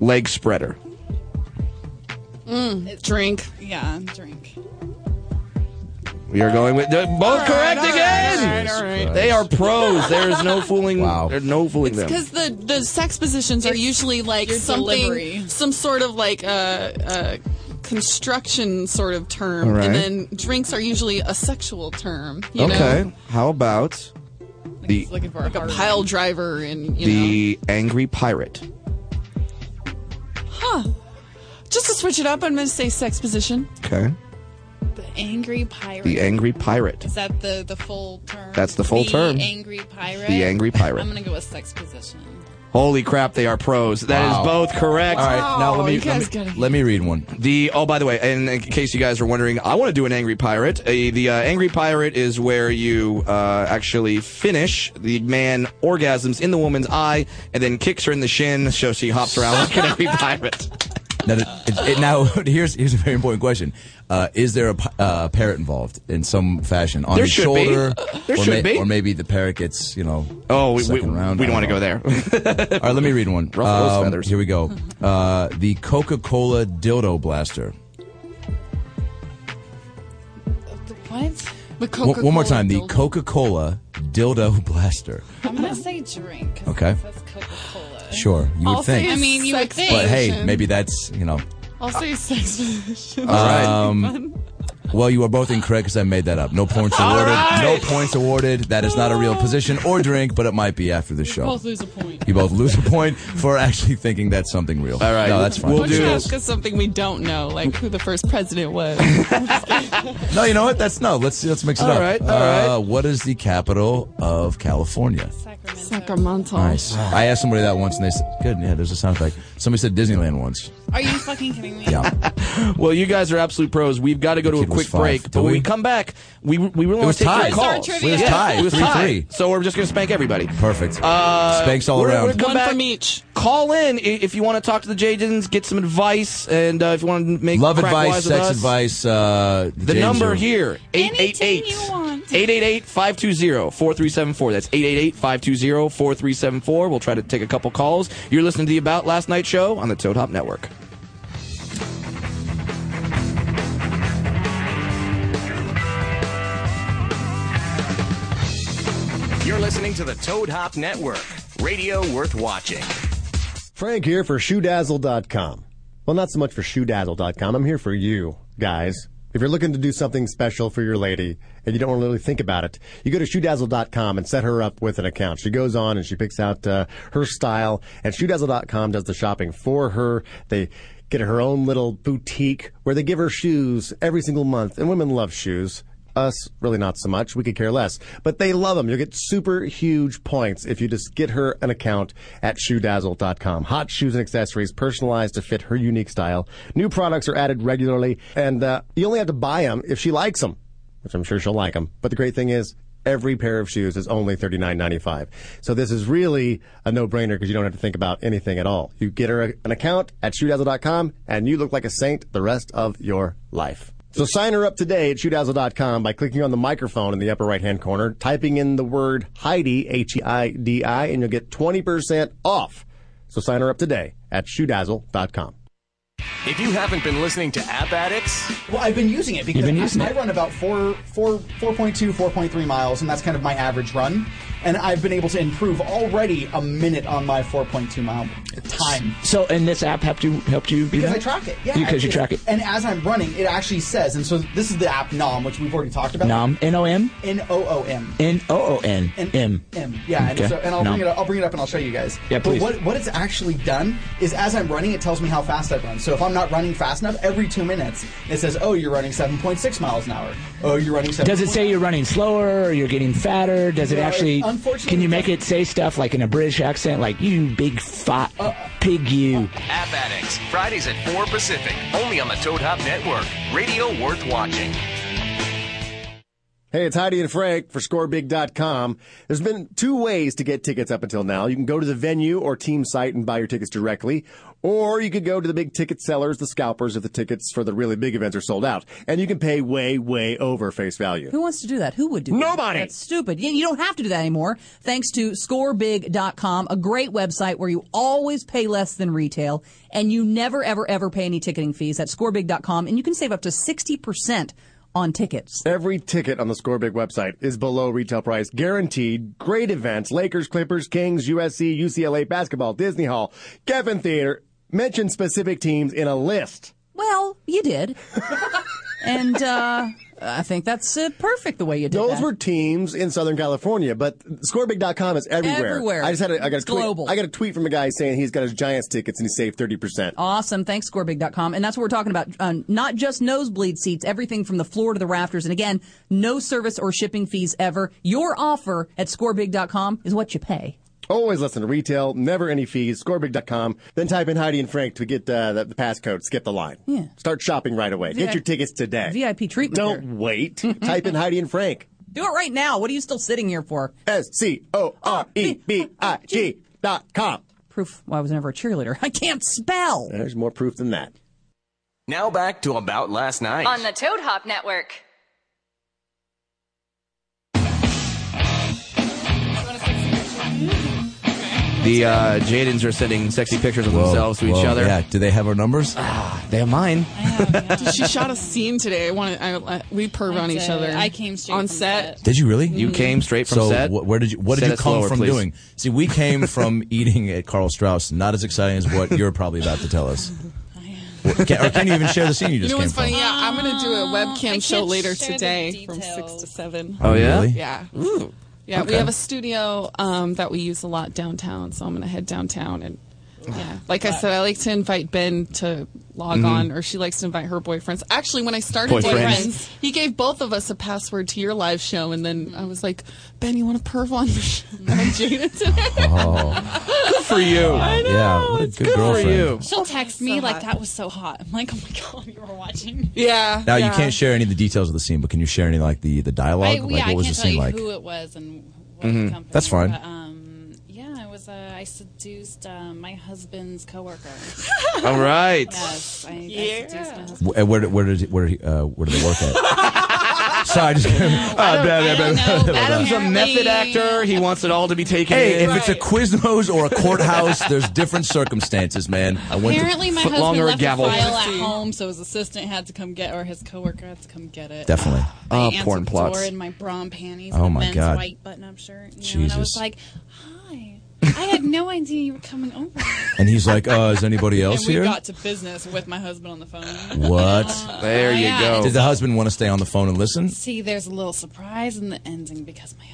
Speaker 4: Leg spreader.
Speaker 6: Drink.
Speaker 7: Mm. yeah, drink.
Speaker 4: We are going with they're both correct again.
Speaker 3: all right.
Speaker 4: They are pros. There is
Speaker 3: (laughs)
Speaker 4: no fooling.
Speaker 3: Wow.
Speaker 4: There's no fooling them.
Speaker 6: Because the, the sex positions are usually like
Speaker 7: your
Speaker 6: something,
Speaker 7: delivery.
Speaker 6: some sort of like uh, uh, construction sort of term,
Speaker 4: All right.
Speaker 6: and then drinks are usually a sexual term. You
Speaker 4: okay.
Speaker 6: know?
Speaker 4: How about
Speaker 7: Like
Speaker 4: The-
Speaker 7: he's looking for a, hard
Speaker 6: pile driver and you know.
Speaker 4: the angry pirate?
Speaker 6: Just to switch it up, I'm going to say sex position.
Speaker 4: Okay.
Speaker 7: one. The angry pirate.
Speaker 4: The angry pirate.
Speaker 7: Is that the, the full term?
Speaker 4: That's the full term.
Speaker 7: angry pirate.
Speaker 4: The angry pirate.
Speaker 7: I'm gonna go with sex position.
Speaker 4: Holy crap! They are pros. That is
Speaker 3: Wow.
Speaker 4: both correct.
Speaker 3: All right, now let me,
Speaker 6: you guys
Speaker 3: let me,
Speaker 6: gotta-
Speaker 3: let me read one.
Speaker 4: The oh, by the way, and in case you guys are wondering, I want to do an angry pirate. A, the uh, angry pirate is where you uh, actually finish the man orgasms in the woman's eye, and then kicks her in the shin, so she hops around like an
Speaker 3: (laughs)
Speaker 4: angry pirate.
Speaker 3: Now, that- it, it, now (laughs) here's here's a very important question: uh, Is there a pi- uh, parrot involved in some fashion on
Speaker 4: There
Speaker 3: the
Speaker 4: should be.
Speaker 3: shoulder?
Speaker 4: (laughs) There
Speaker 3: or
Speaker 4: should be.
Speaker 3: or maybe the parrot gets you know.
Speaker 4: Oh, we, we,
Speaker 3: second round.
Speaker 4: we don't
Speaker 3: I
Speaker 4: want to go
Speaker 3: know.
Speaker 4: there.
Speaker 3: (laughs)
Speaker 4: (laughs)
Speaker 3: All right, let me read one. Um,
Speaker 4: Ruffle those feathers.
Speaker 3: Here we go. Uh, the Coca-Cola dildo blaster.
Speaker 7: What?
Speaker 6: The
Speaker 3: One- one more
Speaker 6: Coca-Cola
Speaker 3: time. The
Speaker 6: dildo.
Speaker 3: Coca-Cola dildo (laughs) blaster.
Speaker 7: I'm gonna say drink. 'cause
Speaker 3: Okay.
Speaker 7: it says Coca-Cola.
Speaker 3: Sure, you would
Speaker 6: I'll say
Speaker 3: think.
Speaker 7: I mean, you would
Speaker 6: sex
Speaker 7: think.
Speaker 3: but hey,
Speaker 6: position.
Speaker 3: maybe that's you know.
Speaker 6: I'll say sex position.
Speaker 7: Um,
Speaker 3: Um, Well, you are both incorrect because I made that up. No points awarded. No points awarded. That is not a real position or drink, but it might be after the show.
Speaker 7: Both lose a point.
Speaker 3: You both lose a point for actually thinking that's something real. All
Speaker 4: right.
Speaker 3: no, that's fine.
Speaker 4: We'll
Speaker 6: Why don't you
Speaker 4: do-
Speaker 6: ask us something we don't know, like who the first president was?
Speaker 3: No, you know what? That's no. Let's let's mix it
Speaker 4: All
Speaker 3: up.
Speaker 4: right, all
Speaker 3: uh, What is the capital of California?
Speaker 7: (laughs) Sacramento.
Speaker 6: Sacramento.
Speaker 3: Nice. I asked somebody that once, and they said, "Good, yeah." There's a sound effect. Somebody said Disneyland once.
Speaker 7: Are you fucking kidding me?
Speaker 3: Yeah.
Speaker 4: (gasps) well, you guys are absolute pros. We've got to go to a
Speaker 3: kid was
Speaker 4: quick
Speaker 3: five.
Speaker 4: break,
Speaker 3: Did
Speaker 4: but when
Speaker 3: we?
Speaker 4: we come back, we we really
Speaker 3: was
Speaker 4: want to
Speaker 3: tied.
Speaker 4: take
Speaker 3: It
Speaker 4: your
Speaker 3: was our
Speaker 4: calls.
Speaker 7: trivia. It
Speaker 3: was
Speaker 4: Yeah,
Speaker 3: tied.
Speaker 4: It was
Speaker 3: Three,
Speaker 4: tied.
Speaker 3: three.
Speaker 4: So we're just gonna spank everybody.
Speaker 3: Perfect. Uh, Spanks all
Speaker 4: we're- we're
Speaker 3: around.
Speaker 4: gonna- Come
Speaker 6: One
Speaker 4: back.
Speaker 6: from each.
Speaker 4: Call in i- if you want to talk to the Jadens, get some advice, and uh, if you want to make
Speaker 3: Love
Speaker 4: crack
Speaker 3: advice,
Speaker 4: wise with
Speaker 3: sex
Speaker 4: us.
Speaker 3: advice. Uh,
Speaker 4: The
Speaker 3: James
Speaker 4: number
Speaker 3: are-
Speaker 4: here,
Speaker 7: Anything
Speaker 4: 888
Speaker 7: you want.
Speaker 4: 888 520 4374. That's 888 520 720-4374. We'll try to take a couple calls. You're listening to the About Last Night show on the Toad Hop Network.
Speaker 1: You're listening to the Toad Hop Network, radio worth watching.
Speaker 8: Frank here for ShoeDazzle.com. Well, not so much for ShoeDazzle.com. I'm here for you, guys. If you're looking to do something special for your lady and you don't want to really think about it, you go to ShoeDazzle.com and set her up with an account. She goes on and she picks out uh, her style, and ShoeDazzle.com does the shopping for her. They get her own little boutique where they give her shoes every single month, and women love shoes. Us, really not so much. We could care less. But they love them. You'll get super huge points if you just get her an account at shoedazzle.com. Hot shoes and accessories personalized to fit her unique style. New products are added regularly, and uh, you only have to buy them if she likes them, which I'm sure she'll like them. But the great thing is, every pair of shoes is only $39.95. So this is really a no-brainer because you don't have to think about anything at all. You get her a- an account at shoedazzle.com, and you look like a saint the rest of your life. So sign her up today at shoodazzle.com by clicking on the microphone in the upper right hand corner, typing in the word Heidi, H E I D I, and you'll get 20% off. So sign her up today at shoodazzle.com.
Speaker 1: If you haven't been listening to App Addicts,
Speaker 9: Well, I've been using it because
Speaker 3: been using
Speaker 9: I,
Speaker 3: it.
Speaker 9: I run about four, four, 4.2, 4.3 miles, and that's kind of my average run. And I've been able to improve already a minute on my 4.2 mile time.
Speaker 10: So, and this app helped you helped you do
Speaker 9: Because
Speaker 10: that?
Speaker 9: I track it, yeah.
Speaker 10: Because you
Speaker 9: It's-
Speaker 10: track it.
Speaker 9: And as I'm running, it actually says, and so this is the app NOM, which we've already talked about.
Speaker 10: Nom N O M
Speaker 9: N O O M.
Speaker 10: N O O N
Speaker 9: And-
Speaker 10: M.
Speaker 9: M. Yeah,
Speaker 10: Okay.
Speaker 9: and, so, and I'll,
Speaker 10: Nom.
Speaker 9: bring it up, I'll bring it up and I'll show you guys.
Speaker 10: Yeah, please.
Speaker 9: But what, what it's actually done is as I'm running, it tells me how fast I've run. So if I'm not running fast enough, every two minutes, it says, oh, you're running 7.6 miles an hour. Oh, you're running 7.
Speaker 10: Does
Speaker 1: (laughs)
Speaker 10: it say you're running slower or you're getting fatter? Does it
Speaker 9: No, it-
Speaker 10: actually?
Speaker 9: unfortunately-
Speaker 10: can you make it say stuff like in a British accent, like "you big fat pig"? You.
Speaker 1: App Addicts, Fridays at 4 Pacific, only on the Toad Hop Network, radio worth watching.
Speaker 8: Hey, it's Heidi and Frank for scorebig.com. There's been two ways to get tickets up until now. You can go to the venue or team site and buy your tickets directly, or you could go to the big ticket sellers, the scalpers, if the tickets for the really big events are sold out. And you can pay way, way over face value.
Speaker 11: Who wants to do that? Who would do that?
Speaker 8: Nobody.
Speaker 11: That's stupid. You, you don't have to do that anymore. Thanks to scorebig.com, a great website where you always pay less than retail and you never, ever, ever pay any ticketing fees at scorebig.com. And you can save up to 60% on tickets.
Speaker 8: Every ticket on the Scorebig website is below retail price, guaranteed. Great events: Lakers, Clippers, Kings, USC, UCLA basketball, Disney Hall, Kevin Theater. Mention specific teams in a list.
Speaker 11: Well, you did. and uh, I think that's uh, perfect the way you did
Speaker 8: Those
Speaker 11: that.
Speaker 8: were teams in Southern California, but scorebig.com is everywhere.
Speaker 11: Everywhere.
Speaker 8: I just had a, I got a
Speaker 11: It's
Speaker 8: tweet,
Speaker 11: global.
Speaker 8: I got a tweet from a guy saying he's got his Giants tickets and he saved 30%.
Speaker 11: Awesome. Thanks, scorebig.com. And that's what we're talking about. Um, not just nosebleed seats, everything from the floor to the rafters. And again, no service or shipping fees ever. Your offer at scorebig.com is what you pay.
Speaker 8: Always listen to retail, never any fees. Scorebig.com. Then type in Heidi and Frank to get uh, the, the passcode. Skip the line.
Speaker 11: Yeah.
Speaker 8: Start shopping right away.
Speaker 11: V I-
Speaker 8: Get your tickets today.
Speaker 11: VIP treatment
Speaker 8: Don't wait. type in Heidi and Frank.
Speaker 11: Do it right now. What are you still sitting here for?
Speaker 8: S C O R E B I G dot com.
Speaker 11: Proof why I was never a cheerleader. (laughs) I can't spell.
Speaker 8: There's more proof than that.
Speaker 1: Now back to About Last Night.
Speaker 2: On the Toad Hop Network.
Speaker 4: The uh, Jadens are sending sexy pictures of themselves to each
Speaker 3: whoa,
Speaker 4: other. Ah,
Speaker 3: Yeah. Do they have our numbers?
Speaker 4: They have mine.
Speaker 6: she shot a scene today. I want I, I, we perv
Speaker 7: I
Speaker 6: on each
Speaker 7: did.
Speaker 6: other.
Speaker 7: I came straight
Speaker 6: on
Speaker 7: from
Speaker 6: set.
Speaker 3: Did you really?
Speaker 4: You came straight from
Speaker 3: so
Speaker 4: set.
Speaker 3: wh- where did you? What did
Speaker 4: Set
Speaker 3: you
Speaker 4: it
Speaker 3: come
Speaker 4: slower,
Speaker 3: from
Speaker 4: please.
Speaker 3: doing? See, we came from (laughs) eating at Carl Strauss. Not as exciting as what you're probably about to tell us. Wh- can, or can you even share the scene you
Speaker 6: You
Speaker 3: just
Speaker 6: know
Speaker 3: came
Speaker 6: what's
Speaker 7: Oh,
Speaker 3: from?
Speaker 6: funny? Yeah, I'm gonna do a webcam
Speaker 7: can't
Speaker 6: show later
Speaker 7: share the
Speaker 6: today from six
Speaker 7: details.
Speaker 6: to seven.
Speaker 4: Oh yeah.
Speaker 7: (laughs)
Speaker 3: Really?
Speaker 6: Yeah. Yeah, we have a studio um, that we use a lot downtown, so I'm gonna head downtown and yeah. Like I said, I like to invite Ben to log on, or she likes to invite her boyfriends. Actually, when I started
Speaker 4: Boyfriends.
Speaker 6: boyfriends, he gave both of us a password to your live show, and then I was like, Ben, you want to perv on the show? And Jada today.
Speaker 4: (laughs)
Speaker 7: (laughs)
Speaker 4: Good for you.
Speaker 3: yeah. What a
Speaker 4: Good for
Speaker 3: girlfriend.
Speaker 4: you.
Speaker 7: She'll text me like that was so hot. I'm like, oh my god, you were watching.
Speaker 6: yeah.
Speaker 3: Now you
Speaker 6: yeah.
Speaker 3: can't share any of the details of the scene, but can you share any like the the dialogue?
Speaker 7: I,
Speaker 3: like
Speaker 7: yeah,
Speaker 3: what was
Speaker 7: I can't
Speaker 3: the
Speaker 7: tell
Speaker 3: scene
Speaker 7: you
Speaker 3: like?
Speaker 7: who it was and what
Speaker 4: Mm-hmm.
Speaker 7: company.
Speaker 3: That's fine.
Speaker 7: But, um, yeah, I was. Uh, I seduced uh, my husband's coworker.
Speaker 4: All right.
Speaker 7: Yes, I, I seduced my husband.
Speaker 3: (laughs) Wh- uh, Where, did- where did where did he, uh, where did they work at? Sorry, just
Speaker 4: Ah, Adam's a method actor. He wants it all to be taken.
Speaker 3: Hey,
Speaker 4: in.
Speaker 3: if it's a Quiznos
Speaker 7: (laughs)
Speaker 3: or a courthouse, there's different circumstances, man. I went
Speaker 7: Apparently,
Speaker 3: to
Speaker 7: my
Speaker 3: foot
Speaker 7: husband
Speaker 3: longer
Speaker 7: left
Speaker 3: gavel.
Speaker 7: a file at home, so his assistant had to come get, or his coworker had to come get it.
Speaker 3: Definitely.
Speaker 7: (sighs) I
Speaker 3: Oh,
Speaker 7: answered
Speaker 3: porn
Speaker 7: the
Speaker 3: plots.
Speaker 7: Door in my bra panties.
Speaker 3: Oh,
Speaker 7: and
Speaker 3: my
Speaker 7: a men's
Speaker 3: God.
Speaker 7: White button-up shirt. You know, and I was
Speaker 3: Jesus.
Speaker 7: like, "Hi, I had no idea you were coming over."
Speaker 3: And he's like, uh, is anybody else
Speaker 7: (laughs) and we
Speaker 3: here?
Speaker 7: got to business with my husband on the phone. (laughs)
Speaker 3: what?
Speaker 7: There you Yeah. go.
Speaker 3: Did the husband want to stay on the phone and listen?
Speaker 7: See, there's a little surprise in the ending because my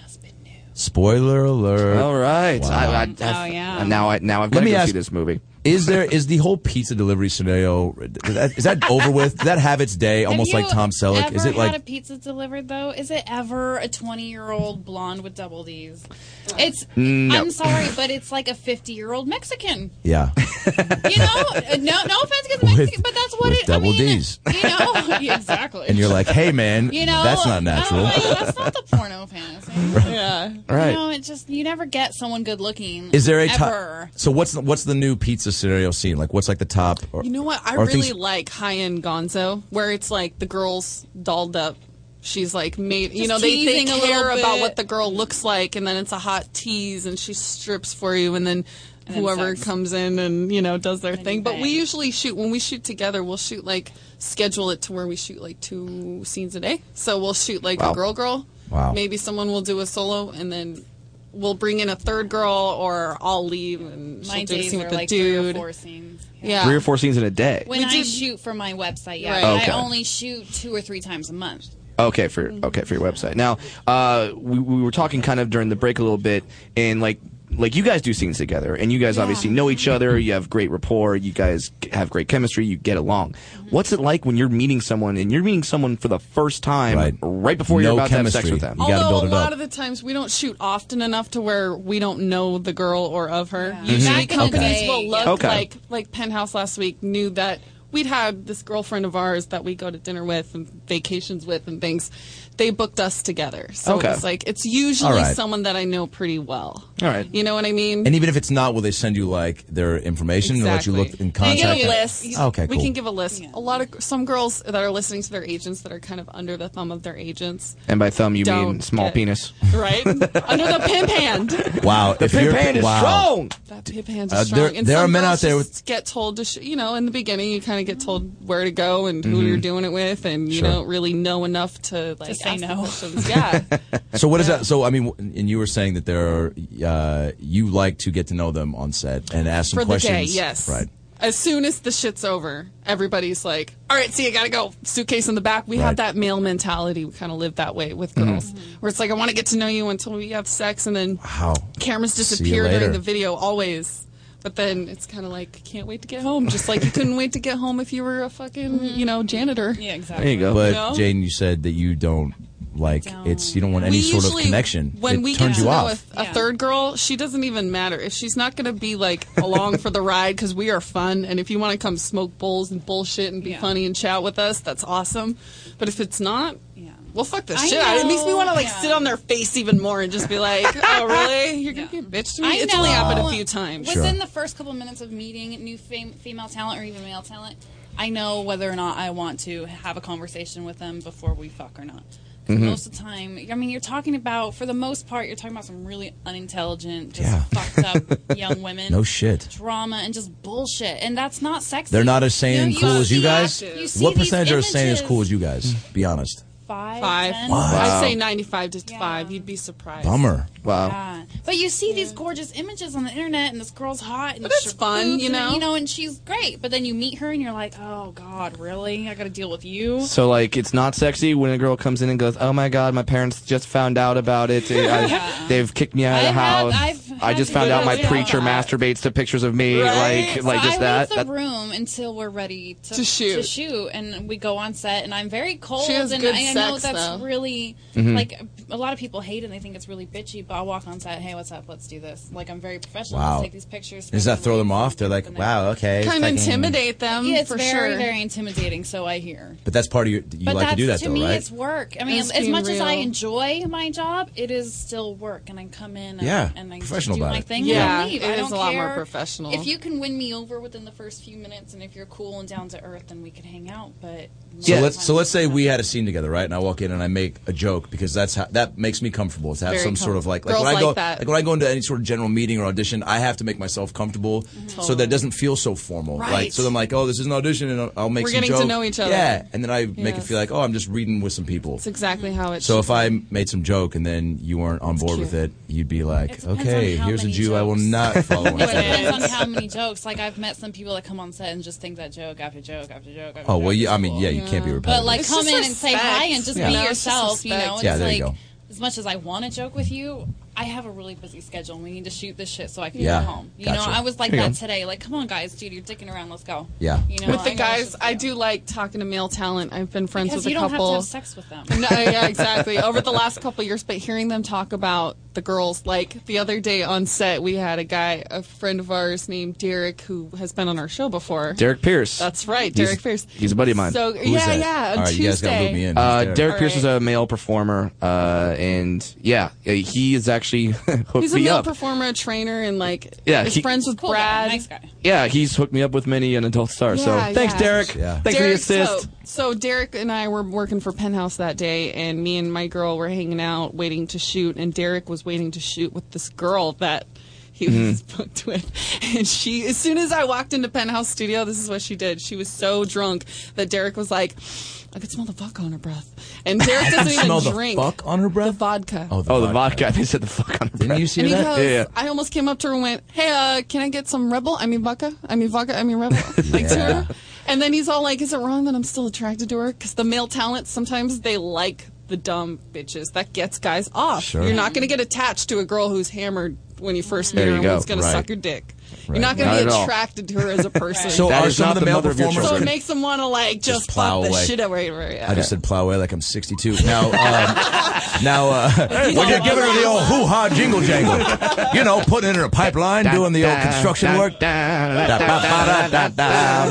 Speaker 3: Spoiler alert.
Speaker 4: All right. I- I-
Speaker 7: Oh, yeah.
Speaker 4: And now I now I've got
Speaker 3: Let
Speaker 4: to
Speaker 3: me
Speaker 4: go
Speaker 3: ask-
Speaker 4: see this movie.
Speaker 3: Is there is the whole pizza delivery scenario? Is that, is that over with? Did that have its day?
Speaker 7: Have
Speaker 3: Almost
Speaker 7: you
Speaker 3: like Tom Selleck.
Speaker 7: Ever
Speaker 3: Is it
Speaker 7: had a
Speaker 3: like
Speaker 7: pizza delivered though? Is it ever a twenty-year-old blonde with double D's? It's.
Speaker 3: Mm, No.
Speaker 7: I'm sorry, but it's like a fifty-year-old Mexican.
Speaker 3: yeah?
Speaker 7: Uh, no, no offense to the Mexican, but that's what
Speaker 3: with
Speaker 7: it.
Speaker 3: double
Speaker 6: (laughs)
Speaker 3: D's.
Speaker 7: You know Yeah, (laughs) exactly.
Speaker 3: (laughs) And you're like, hey man,
Speaker 7: You know,
Speaker 3: that's not natural.
Speaker 7: that's
Speaker 3: (laughs)
Speaker 7: not the porno fantasy. yeah,
Speaker 3: Right.
Speaker 7: You know, it just you never get someone good looking.
Speaker 3: Is there a
Speaker 7: ever?
Speaker 3: top? So what's the, what's the new pizza scenario scene like? What's like the top? Or,
Speaker 6: You know what? I
Speaker 3: or
Speaker 6: really
Speaker 3: things-
Speaker 6: like high end Gonzo, where it's like the girl's dolled up. She's like made. you
Speaker 7: Just
Speaker 6: know, they, they
Speaker 7: teasing a
Speaker 6: care
Speaker 7: little
Speaker 6: about
Speaker 7: bit.
Speaker 6: what the girl looks like, and then it's a hot tease, and she strips for you, and then.
Speaker 7: And then
Speaker 6: Whoever
Speaker 7: sex.
Speaker 6: comes in and you know does their
Speaker 7: you
Speaker 6: thing, but we
Speaker 7: bang.
Speaker 6: usually shoot when we shoot together. We'll shoot like schedule it to where we shoot like two scenes a day. So we'll shoot like
Speaker 3: Wow.
Speaker 6: a girl, girl.
Speaker 3: Wow.
Speaker 6: Maybe someone will do a solo, and then we'll bring in a third girl, or I'll leave and
Speaker 7: My
Speaker 6: she'll do a
Speaker 7: days
Speaker 6: scene with
Speaker 7: are
Speaker 6: the
Speaker 7: like three or
Speaker 6: dude.
Speaker 7: four scenes.
Speaker 6: Yeah,
Speaker 4: Three or four scenes in a day.
Speaker 7: When
Speaker 6: We
Speaker 7: I
Speaker 6: did-
Speaker 7: shoot for my website, yeah,
Speaker 4: Right.
Speaker 7: but
Speaker 4: Okay.
Speaker 7: I only shoot two or three times a month.
Speaker 4: Okay, for okay for your website. Now, uh, we, we were talking kind of during the break a little bit, and like like you guys do scenes together, and you guys obviously know each other. You have great rapport. You guys g- have great chemistry. You get along.
Speaker 6: Mm-hmm.
Speaker 4: What's it like when you're meeting someone and you're meeting someone for the first time, right, before you're
Speaker 3: No
Speaker 4: about to have sex
Speaker 3: chemistry.
Speaker 4: with them?
Speaker 3: You gotta
Speaker 6: Although
Speaker 3: build
Speaker 6: a
Speaker 3: it
Speaker 6: lot
Speaker 3: up.
Speaker 6: of the times we don't shoot often enough to where we don't know the girl or of her.
Speaker 4: Yeah.
Speaker 6: Usually
Speaker 4: Back in the
Speaker 6: companies
Speaker 4: day,
Speaker 6: will look
Speaker 4: yeah. Okay.
Speaker 6: like like Penthouse last week knew that we'd had this girlfriend of ours that we go to dinner with and vacations with and things. They booked us together, so
Speaker 3: Okay.
Speaker 6: it's like it's usually
Speaker 3: All right.
Speaker 6: someone that I know pretty well.
Speaker 3: All right.
Speaker 6: you know what I mean.
Speaker 3: And even if it's not, will they send you like their information and let you look in
Speaker 6: They
Speaker 3: contact?
Speaker 6: get a list.
Speaker 3: Okay, cool.
Speaker 6: We can give a list. A lot of some girls that are listening to their agents that are kind of under the thumb of their agents.
Speaker 4: And by thumb, you mean
Speaker 6: Don't
Speaker 4: small
Speaker 6: get-
Speaker 4: penis.
Speaker 6: right? Under the pimp hand.
Speaker 3: Wow,
Speaker 4: The
Speaker 3: if
Speaker 4: pimp
Speaker 3: you're-
Speaker 4: hand is
Speaker 3: wow.
Speaker 4: strong.
Speaker 6: That pimp hand is
Speaker 3: Uh,
Speaker 6: strong.
Speaker 3: there-
Speaker 6: and
Speaker 3: there are
Speaker 6: some
Speaker 3: men
Speaker 6: girls
Speaker 3: out there
Speaker 6: just get told to, sh- you know, in the beginning, you kind of get told where to go and who
Speaker 3: Mhm.
Speaker 6: you're doing it with, and you
Speaker 3: Sure.
Speaker 6: don't really know enough to like
Speaker 7: say
Speaker 6: ask the
Speaker 7: no. (laughs)
Speaker 6: questions. Yeah,
Speaker 3: (laughs) So what is that? So I mean, w- and you were saying that there are uh, you like to get to know them on set and ask some
Speaker 6: for the
Speaker 3: questions.
Speaker 6: day, yes.
Speaker 3: Right.
Speaker 6: As soon as the shit's over, everybody's like, "All right, see, I gotta go." Suitcase in the back. We
Speaker 3: Right.
Speaker 6: have that male mentality. We kind of live that way with
Speaker 3: Mhm.
Speaker 6: girls, where it's like, "I want to get to know you until we have sex," and then
Speaker 3: Wow.
Speaker 6: cameras
Speaker 3: See you
Speaker 6: disappear during
Speaker 3: later.
Speaker 6: the video always. But then it's kind of like can't wait to get home, just like you couldn't wait to get home if you were a fucking you know janitor.
Speaker 7: Yeah,
Speaker 3: There you go.
Speaker 6: You
Speaker 3: But
Speaker 6: know?
Speaker 3: Jaden, you said that you don't like it's you don't want any
Speaker 6: We
Speaker 3: sort of
Speaker 6: usually-
Speaker 3: connection.
Speaker 6: When
Speaker 3: it
Speaker 6: we
Speaker 3: turns
Speaker 6: get to
Speaker 3: you
Speaker 6: know
Speaker 3: off.
Speaker 6: a, a third girl, she doesn't even matter if she's not going to be like along for the ride because we are fun. And if you want to come smoke bowls and bullshit and be funny and chat with us, that's awesome. But if it's not, well, fuck this
Speaker 7: I
Speaker 6: shit. it makes me
Speaker 7: know,
Speaker 6: want to like
Speaker 7: yeah.
Speaker 6: sit on their face even more and just be like, oh really? You're gonna be a bitch to me?
Speaker 7: I
Speaker 6: it's
Speaker 7: know.
Speaker 6: only happened a few times.
Speaker 7: Within the first couple minutes of meeting new fam- female talent or even male talent, I know whether or not I want to have
Speaker 8: (laughs)
Speaker 7: a conversation with them before we fuck or not. 'Cause
Speaker 4: Mm-hmm.
Speaker 12: Mhm.
Speaker 7: Most of the time, I mean, you're talking about, for the most part, you're talking about some really unintelligent, just
Speaker 3: Yeah.
Speaker 7: (laughs) fucked
Speaker 3: (laughs)
Speaker 7: up young women.
Speaker 3: No shit.
Speaker 7: Drama and just bullshit. And that's not sexy.
Speaker 3: They're not as sane and
Speaker 7: You-
Speaker 3: cool
Speaker 7: you
Speaker 3: as you
Speaker 7: see-
Speaker 3: guys.
Speaker 7: you see
Speaker 3: what
Speaker 7: these
Speaker 3: percentage are as sane as
Speaker 7: images-
Speaker 3: cool as you guys? Be honest.
Speaker 7: Five.
Speaker 6: Five.
Speaker 7: ten.
Speaker 6: I'd
Speaker 3: Wow.
Speaker 6: say 95 to 5. You'd be surprised.
Speaker 3: Bummer.
Speaker 4: Wow.
Speaker 7: Yeah. But you see these gorgeous images on the internet, and this girl's hot, and
Speaker 6: But that's
Speaker 7: she's
Speaker 6: fun,
Speaker 7: boobs,
Speaker 6: you
Speaker 7: and,
Speaker 6: know?
Speaker 7: you know, and she's great. But then you meet her, and you're like, oh God, really? I got to deal with you.
Speaker 4: So like it's not sexy when a girl comes in and goes, "Oh my god, my parents just found out about it. They- I-
Speaker 6: (laughs)
Speaker 4: they've kicked me out of the
Speaker 7: I've
Speaker 4: house.
Speaker 7: had- I've
Speaker 4: I
Speaker 7: had
Speaker 4: just found out my
Speaker 7: videos
Speaker 4: preacher
Speaker 7: of that.
Speaker 4: masturbates to pictures of me, like like
Speaker 7: So
Speaker 4: just
Speaker 7: I
Speaker 4: that."
Speaker 7: leave
Speaker 4: That-
Speaker 7: the room until we're ready to,
Speaker 6: To shoot.
Speaker 7: To shoot, and we go on set, and I'm very cold,
Speaker 6: She has
Speaker 7: and
Speaker 6: good
Speaker 7: I, I know
Speaker 6: sex,
Speaker 7: that's
Speaker 6: though.
Speaker 7: really
Speaker 4: Mm-hmm.
Speaker 3: Mhm.
Speaker 7: like a lot of people hate it. and They think it's really bitchy, but I walk on set. Hey, what's up? Let's do this. Like I'm very professional.
Speaker 3: Wow.
Speaker 7: Let's take these pictures.
Speaker 3: Does that throw them off? They're like, wow, okay.
Speaker 7: Kinda
Speaker 3: fucking-
Speaker 7: intimidate
Speaker 6: them
Speaker 7: yeah, it's
Speaker 6: for
Speaker 7: very,
Speaker 6: sure.
Speaker 7: very intimidating. So I hear.
Speaker 3: But that's part of your. You
Speaker 7: but
Speaker 3: like
Speaker 7: that's,
Speaker 3: to do that
Speaker 7: to
Speaker 3: though,
Speaker 7: me,
Speaker 3: right?
Speaker 7: it's work. I mean,
Speaker 6: It's
Speaker 7: as
Speaker 6: being
Speaker 7: much as I
Speaker 6: real.
Speaker 7: enjoy my job, it is still work, and I come in. And,
Speaker 3: Yeah,
Speaker 7: and I
Speaker 3: professional
Speaker 7: do
Speaker 3: about
Speaker 7: my
Speaker 3: it.
Speaker 7: thing.
Speaker 6: Yeah,
Speaker 7: and leave.
Speaker 6: it
Speaker 7: I
Speaker 6: is
Speaker 7: don't
Speaker 6: a lot more
Speaker 7: care.
Speaker 6: professional.
Speaker 7: If you can win me over within the first few minutes, and if you're cool and down to earth, then we can hang out. But
Speaker 3: So (laughs)
Speaker 7: most
Speaker 3: let's
Speaker 7: times-
Speaker 3: so let's say we had a scene together, right? And I walk in and I make a joke because that's how, that makes me comfortable to have
Speaker 7: Very
Speaker 3: some sort of like like
Speaker 7: comfortable.
Speaker 3: when I
Speaker 7: Girls
Speaker 3: go
Speaker 7: like that.
Speaker 3: like when I go into any sort of general meeting or audition, I have to make myself comfortable so that it doesn't feel so formal, right?
Speaker 6: Right.
Speaker 3: So I'm like, oh, this is an audition, and I'll, I'll make
Speaker 6: We're
Speaker 3: some
Speaker 6: getting to
Speaker 3: joke.
Speaker 6: know each other.
Speaker 3: yeah, and then I make it
Speaker 6: Yes.
Speaker 3: feel like oh, I'm just reading with some people.
Speaker 6: It's exactly how it.
Speaker 3: So
Speaker 6: should
Speaker 3: if I made some joke and then you weren't on board with it, you'd be like,
Speaker 7: depends
Speaker 3: okay,
Speaker 7: on how
Speaker 3: here's a
Speaker 7: many
Speaker 3: Jew I will not follow.
Speaker 7: (laughs) No, it
Speaker 3: into that.
Speaker 7: depends on how many jokes. Like I've met some people that come on set and just think that joke after joke after joke. After
Speaker 3: Oh well,
Speaker 7: joke.
Speaker 3: yeah. I mean, yeah, you can't be repetitive.
Speaker 7: But like,
Speaker 6: It's
Speaker 7: come
Speaker 6: just
Speaker 7: in and say
Speaker 6: respect.
Speaker 7: hi and just
Speaker 3: Yeah.
Speaker 7: be
Speaker 3: No, it's just
Speaker 7: yourself. You know,
Speaker 6: respect.
Speaker 7: it's
Speaker 3: Yeah, there
Speaker 7: like
Speaker 3: you go.
Speaker 7: as much as I want to joke with you, I have a really busy schedule. and We need to shoot this shit so I can
Speaker 3: Yeah.
Speaker 7: get home. You
Speaker 3: Gotcha.
Speaker 7: know, I was like
Speaker 3: There you
Speaker 7: that
Speaker 3: go.
Speaker 7: today. Like, come on, guys, dude, you're dicking around. Let's go.
Speaker 3: Yeah.
Speaker 7: You know,
Speaker 6: with
Speaker 7: I
Speaker 6: the
Speaker 7: know
Speaker 6: guys, I do like talking to male talent. I've been friends
Speaker 7: Because
Speaker 6: with
Speaker 7: you
Speaker 6: a
Speaker 7: don't have to
Speaker 6: couple.
Speaker 7: have sex with them.
Speaker 6: (laughs) No, yeah, exactly. Over the last couple years, but hearing them talk about the girls, like the other day on set, we had a guy, a friend of ours named Derek, who has been on our show before.
Speaker 4: Derek Pierce.
Speaker 6: That's right,
Speaker 4: He's-
Speaker 6: Derek Pierce.
Speaker 4: He's a buddy of mine.
Speaker 6: So yeah, yeah. On Tuesday,
Speaker 4: Uh, Derek
Speaker 6: All
Speaker 4: Pierce
Speaker 6: right.
Speaker 4: is a male performer, uh, and yeah, uh, he is actually (laughs) hooked
Speaker 6: He's a
Speaker 4: me
Speaker 6: male
Speaker 4: up.
Speaker 6: performer, a trainer, and like
Speaker 4: Yeah,
Speaker 6: is
Speaker 4: he-
Speaker 6: friends with
Speaker 7: guy,
Speaker 6: Brad.
Speaker 7: nice guy.
Speaker 4: yeah, he's hooked me up with many an adult star. so
Speaker 6: Yeah,
Speaker 4: thanks,
Speaker 6: yeah.
Speaker 4: Derek. Thanks
Speaker 6: Derek,
Speaker 4: for the assist.
Speaker 6: So, so Derek and I were working for Penthouse that day, and me and my girl were hanging out, waiting to shoot, and Derek was waiting to shoot with this girl that he
Speaker 4: Mm-hmm.
Speaker 6: was (laughs) booked with. And she, as soon as I walked into Penthouse Studio, this is what she did. She was so drunk that Derek was like, "I could smell the vodka on her breath," and
Speaker 3: (laughs)
Speaker 6: Derek
Speaker 3: You
Speaker 6: doesn't
Speaker 3: smell
Speaker 6: even
Speaker 3: the
Speaker 6: drink
Speaker 3: fuck on her breath.
Speaker 6: vodka.
Speaker 3: Oh,
Speaker 4: oh, the vodka. (laughs) They said the fuck on.
Speaker 3: Didn't you see
Speaker 6: And he
Speaker 3: that?
Speaker 6: goes, I almost came up to her and went, "Hey, uh, can I get some Rebel? I mean vodka. I mean vodka. I mean
Speaker 4: (laughs)
Speaker 6: Rebel." Like to her. And then he's all like, "Is it wrong that I'm still attracted to her?" Because the male talent sometimes they like the dumb bitches. That gets guys off.
Speaker 3: Sure.
Speaker 6: You're not going to get attached to a girl who's hammered when you first meet
Speaker 4: There
Speaker 6: her
Speaker 4: you
Speaker 6: and
Speaker 4: go.
Speaker 6: who's going
Speaker 4: Right.
Speaker 6: to suck your dick.
Speaker 4: Right.
Speaker 6: You're not going
Speaker 4: Not
Speaker 6: to
Speaker 4: at
Speaker 6: be
Speaker 4: all.
Speaker 6: attracted to her
Speaker 4: (laughs)
Speaker 6: as a person.
Speaker 3: So
Speaker 4: That
Speaker 3: are
Speaker 4: is
Speaker 3: some
Speaker 4: not
Speaker 3: of the,
Speaker 4: the
Speaker 3: male
Speaker 4: mother of your
Speaker 3: performers?
Speaker 6: So it
Speaker 4: children.
Speaker 6: makes them want to like just,
Speaker 3: plow
Speaker 6: fuck the
Speaker 3: away.
Speaker 6: shit away. Right?
Speaker 3: I just said plow away like I'm 62. Now,
Speaker 7: (laughs)
Speaker 3: um, now uh, when you're giving her the old hoo ha jingle jangle, you know, putting it in her pipeline, doing the old construction work, da, ba, ba, da, da,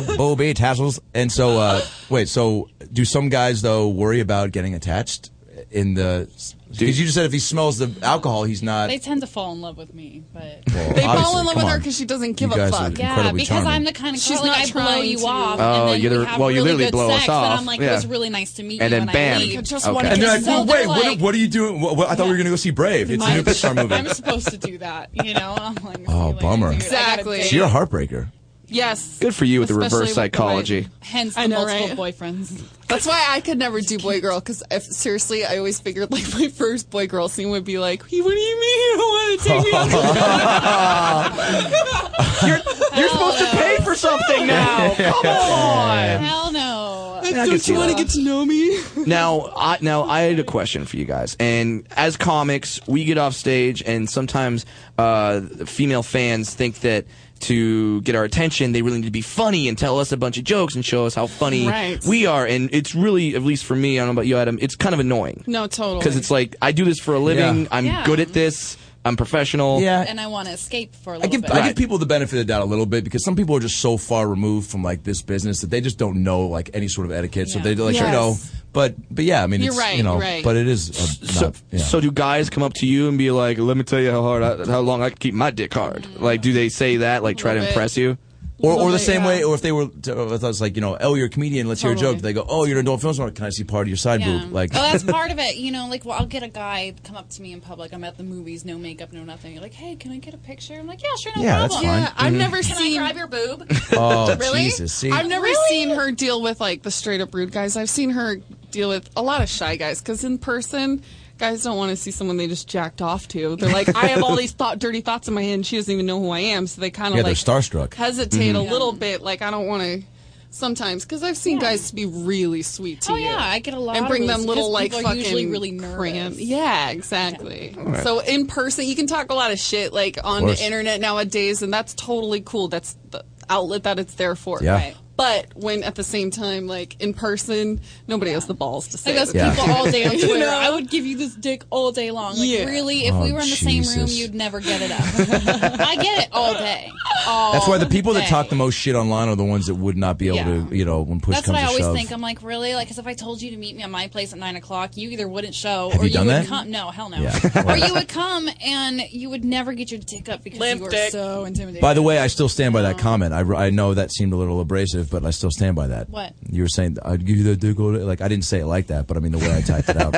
Speaker 3: da, booby tassels, and so uh, wait. So do some guys though worry about getting attached in the? Because you just said if he smells the alcohol, he's not.
Speaker 7: They tend to fall in love with me, but
Speaker 3: (laughs) Well,
Speaker 6: They fall
Speaker 3: obviously, come
Speaker 6: in love with her
Speaker 3: on.
Speaker 6: because she doesn't give
Speaker 3: You
Speaker 6: a
Speaker 3: guys
Speaker 6: fuck.
Speaker 3: are
Speaker 7: yeah,
Speaker 3: incredibly
Speaker 7: because
Speaker 3: charming.
Speaker 7: I'm the kind of
Speaker 6: She's
Speaker 7: girl, like
Speaker 6: not
Speaker 7: I blow
Speaker 6: trying
Speaker 7: you
Speaker 6: to.
Speaker 7: off,
Speaker 4: Oh,
Speaker 7: and then
Speaker 4: you're the-
Speaker 7: we have
Speaker 4: well, you
Speaker 7: really
Speaker 4: literally
Speaker 7: good
Speaker 4: blow us
Speaker 7: sex, and
Speaker 4: off.
Speaker 7: I'm like,
Speaker 4: Yeah.
Speaker 7: it was really nice to meet
Speaker 4: And
Speaker 7: you,
Speaker 4: then
Speaker 7: and
Speaker 4: bam.
Speaker 7: I leave.
Speaker 6: Just
Speaker 4: Okay.
Speaker 6: one
Speaker 3: And they're like,
Speaker 7: So
Speaker 3: well,
Speaker 7: they're
Speaker 3: wait, what,
Speaker 7: like-
Speaker 3: what are you doing? What, what- I thought we were going to go see Brave. It's a new Pixar movie.
Speaker 7: I'm supposed to do that, you know.
Speaker 4: (laughs)
Speaker 7: I'm like,
Speaker 3: oh, bummer.
Speaker 7: dude, I gotta
Speaker 6: Exactly.
Speaker 7: date.
Speaker 3: So you're a heartbreaker.
Speaker 6: Yes.
Speaker 4: Good for you with the
Speaker 6: Especially
Speaker 4: reverse
Speaker 6: with the
Speaker 4: psychology.
Speaker 7: Hence
Speaker 6: I
Speaker 7: the
Speaker 6: know,
Speaker 7: multiple boyfriends.
Speaker 6: That's why I could never do boy girl because seriously, I always figured like (laughs) my first boy girl scene would be like, "Hey, "What do you mean (laughs) you don't want to take me
Speaker 4: (laughs)
Speaker 6: out?"
Speaker 9: (laughs)
Speaker 4: You're supposed to pay for something now. Come on.
Speaker 7: Hell no.
Speaker 6: to Don't you want to get to know me?
Speaker 4: Now, I, now I had a question for you guys. And as comics, we get off stage, and sometimes uh, female fans think that to get our attention, they really need to be funny and tell us a bunch of jokes and show us how funny
Speaker 6: Right.
Speaker 4: we are. And it's really, at least for me, I don't know about you, Adam, it's kind of annoying
Speaker 6: No,
Speaker 3: (laughs)
Speaker 6: totally.
Speaker 4: because it's like I do this for a living.
Speaker 3: Yeah.
Speaker 4: I'm
Speaker 7: Yeah.
Speaker 4: good at this. I'm professional.
Speaker 3: Yeah.
Speaker 7: And I want to escape for a
Speaker 3: I
Speaker 7: little
Speaker 3: give,
Speaker 7: bit.
Speaker 3: I give people the benefit of the doubt a little bit because some people are just so far removed from like this business that they just don't know like any sort of etiquette. So
Speaker 7: Yeah.
Speaker 3: they like you
Speaker 6: Yes.
Speaker 3: know, but but yeah, I mean,
Speaker 6: You're
Speaker 3: it's,
Speaker 6: right,
Speaker 3: you know,
Speaker 6: you're right.
Speaker 3: but it is a,
Speaker 4: So,
Speaker 3: Uh, not, yeah.
Speaker 4: so do guys come up to you and be like, "Let me tell you how hard, I, how long I can keep my dick hard"? Like, do they say that? Like, try to
Speaker 6: Little bit.
Speaker 4: impress you?
Speaker 3: or or
Speaker 6: Little
Speaker 3: the
Speaker 6: bit,
Speaker 3: same
Speaker 6: yeah.
Speaker 3: way, or if they were, to, if it's like you know, oh, you're a comedian, let's hear a
Speaker 6: Totally.
Speaker 3: joke. They go, oh, you're an adult film star, can I see part of your side
Speaker 7: Yeah.
Speaker 3: boob? Like,
Speaker 7: oh,
Speaker 3: (laughs)
Speaker 7: that's part of it. You know, like, well, I'll get a guy come up to me in public. I'm at the movies, no makeup, no nothing. You're like, hey, can I get a picture? I'm like, yeah, sure, no
Speaker 3: Yeah, that's
Speaker 7: problem.
Speaker 6: yeah,
Speaker 3: fine. Mm-hmm.
Speaker 6: I've never
Speaker 7: Can I
Speaker 6: seen.
Speaker 7: grab your boob?
Speaker 3: (laughs)
Speaker 7: (laughs)
Speaker 3: (laughs) oh,
Speaker 7: Really?
Speaker 3: Jesus, see,
Speaker 6: I've never seen her deal with like the straight up rude guys. I've seen her deal with a lot of shy guys because in person, guys don't want to see someone they just jacked off to. They're like, I have all these thought, dirty thoughts in my head, and she doesn't even know who I am. So they kind of
Speaker 3: Yeah, they're
Speaker 6: like
Speaker 3: starstruck.
Speaker 6: hesitate
Speaker 7: Mm-hmm.
Speaker 6: a little bit. Like I don't want to. Sometimes, because I've seen guys be really sweet to
Speaker 7: Oh,
Speaker 6: you.
Speaker 7: yeah, I get a lot
Speaker 6: and
Speaker 7: of
Speaker 6: bring
Speaker 7: those
Speaker 6: them little
Speaker 7: because
Speaker 6: like
Speaker 7: people are
Speaker 6: fucking
Speaker 7: usually really nervous.
Speaker 6: cram- Yeah, exactly. So in person, you can talk a lot of shit like on the
Speaker 3: course.
Speaker 6: internet nowadays, and that's totally cool. That's the outlet that it's there for.
Speaker 3: Yeah. Right.
Speaker 6: But when at the same time, like in person, nobody has the balls to say
Speaker 7: Like those
Speaker 6: that they're-
Speaker 7: people all day
Speaker 6: (laughs)
Speaker 7: on
Speaker 6: You
Speaker 7: Twitter.
Speaker 6: know?
Speaker 7: I would give you this dick all day long. Like
Speaker 6: Yeah.
Speaker 7: really, if
Speaker 3: Oh,
Speaker 7: we were in the same room,
Speaker 3: Jesus.
Speaker 7: you'd never get it up. (laughs) I get it all day. All
Speaker 3: That's why the people that
Speaker 7: day.
Speaker 3: talk the most shit online are the ones that would not be able to, you know, when push
Speaker 7: That's
Speaker 3: comes
Speaker 7: what I
Speaker 3: to
Speaker 7: always
Speaker 3: shove.
Speaker 7: think. I'm like, really? Like, 'cause if I told you to meet me at my place at nine o'clock, you either wouldn't show
Speaker 3: Have
Speaker 7: or
Speaker 3: you done
Speaker 7: would
Speaker 3: that?
Speaker 7: come. No, hell no.
Speaker 3: Yeah.
Speaker 7: (laughs) or you would come and you would never get your dick up because you were so intimidated.
Speaker 3: By the way, I still stand
Speaker 6: Oh.
Speaker 3: by that comment. I, I know that seemed a little abrasive, but I still stand by that.
Speaker 7: What?
Speaker 3: You were saying, I'd give you the dick. all day." Like, I didn't say it like that, but I mean, the way I typed it
Speaker 4: (laughs)
Speaker 3: out.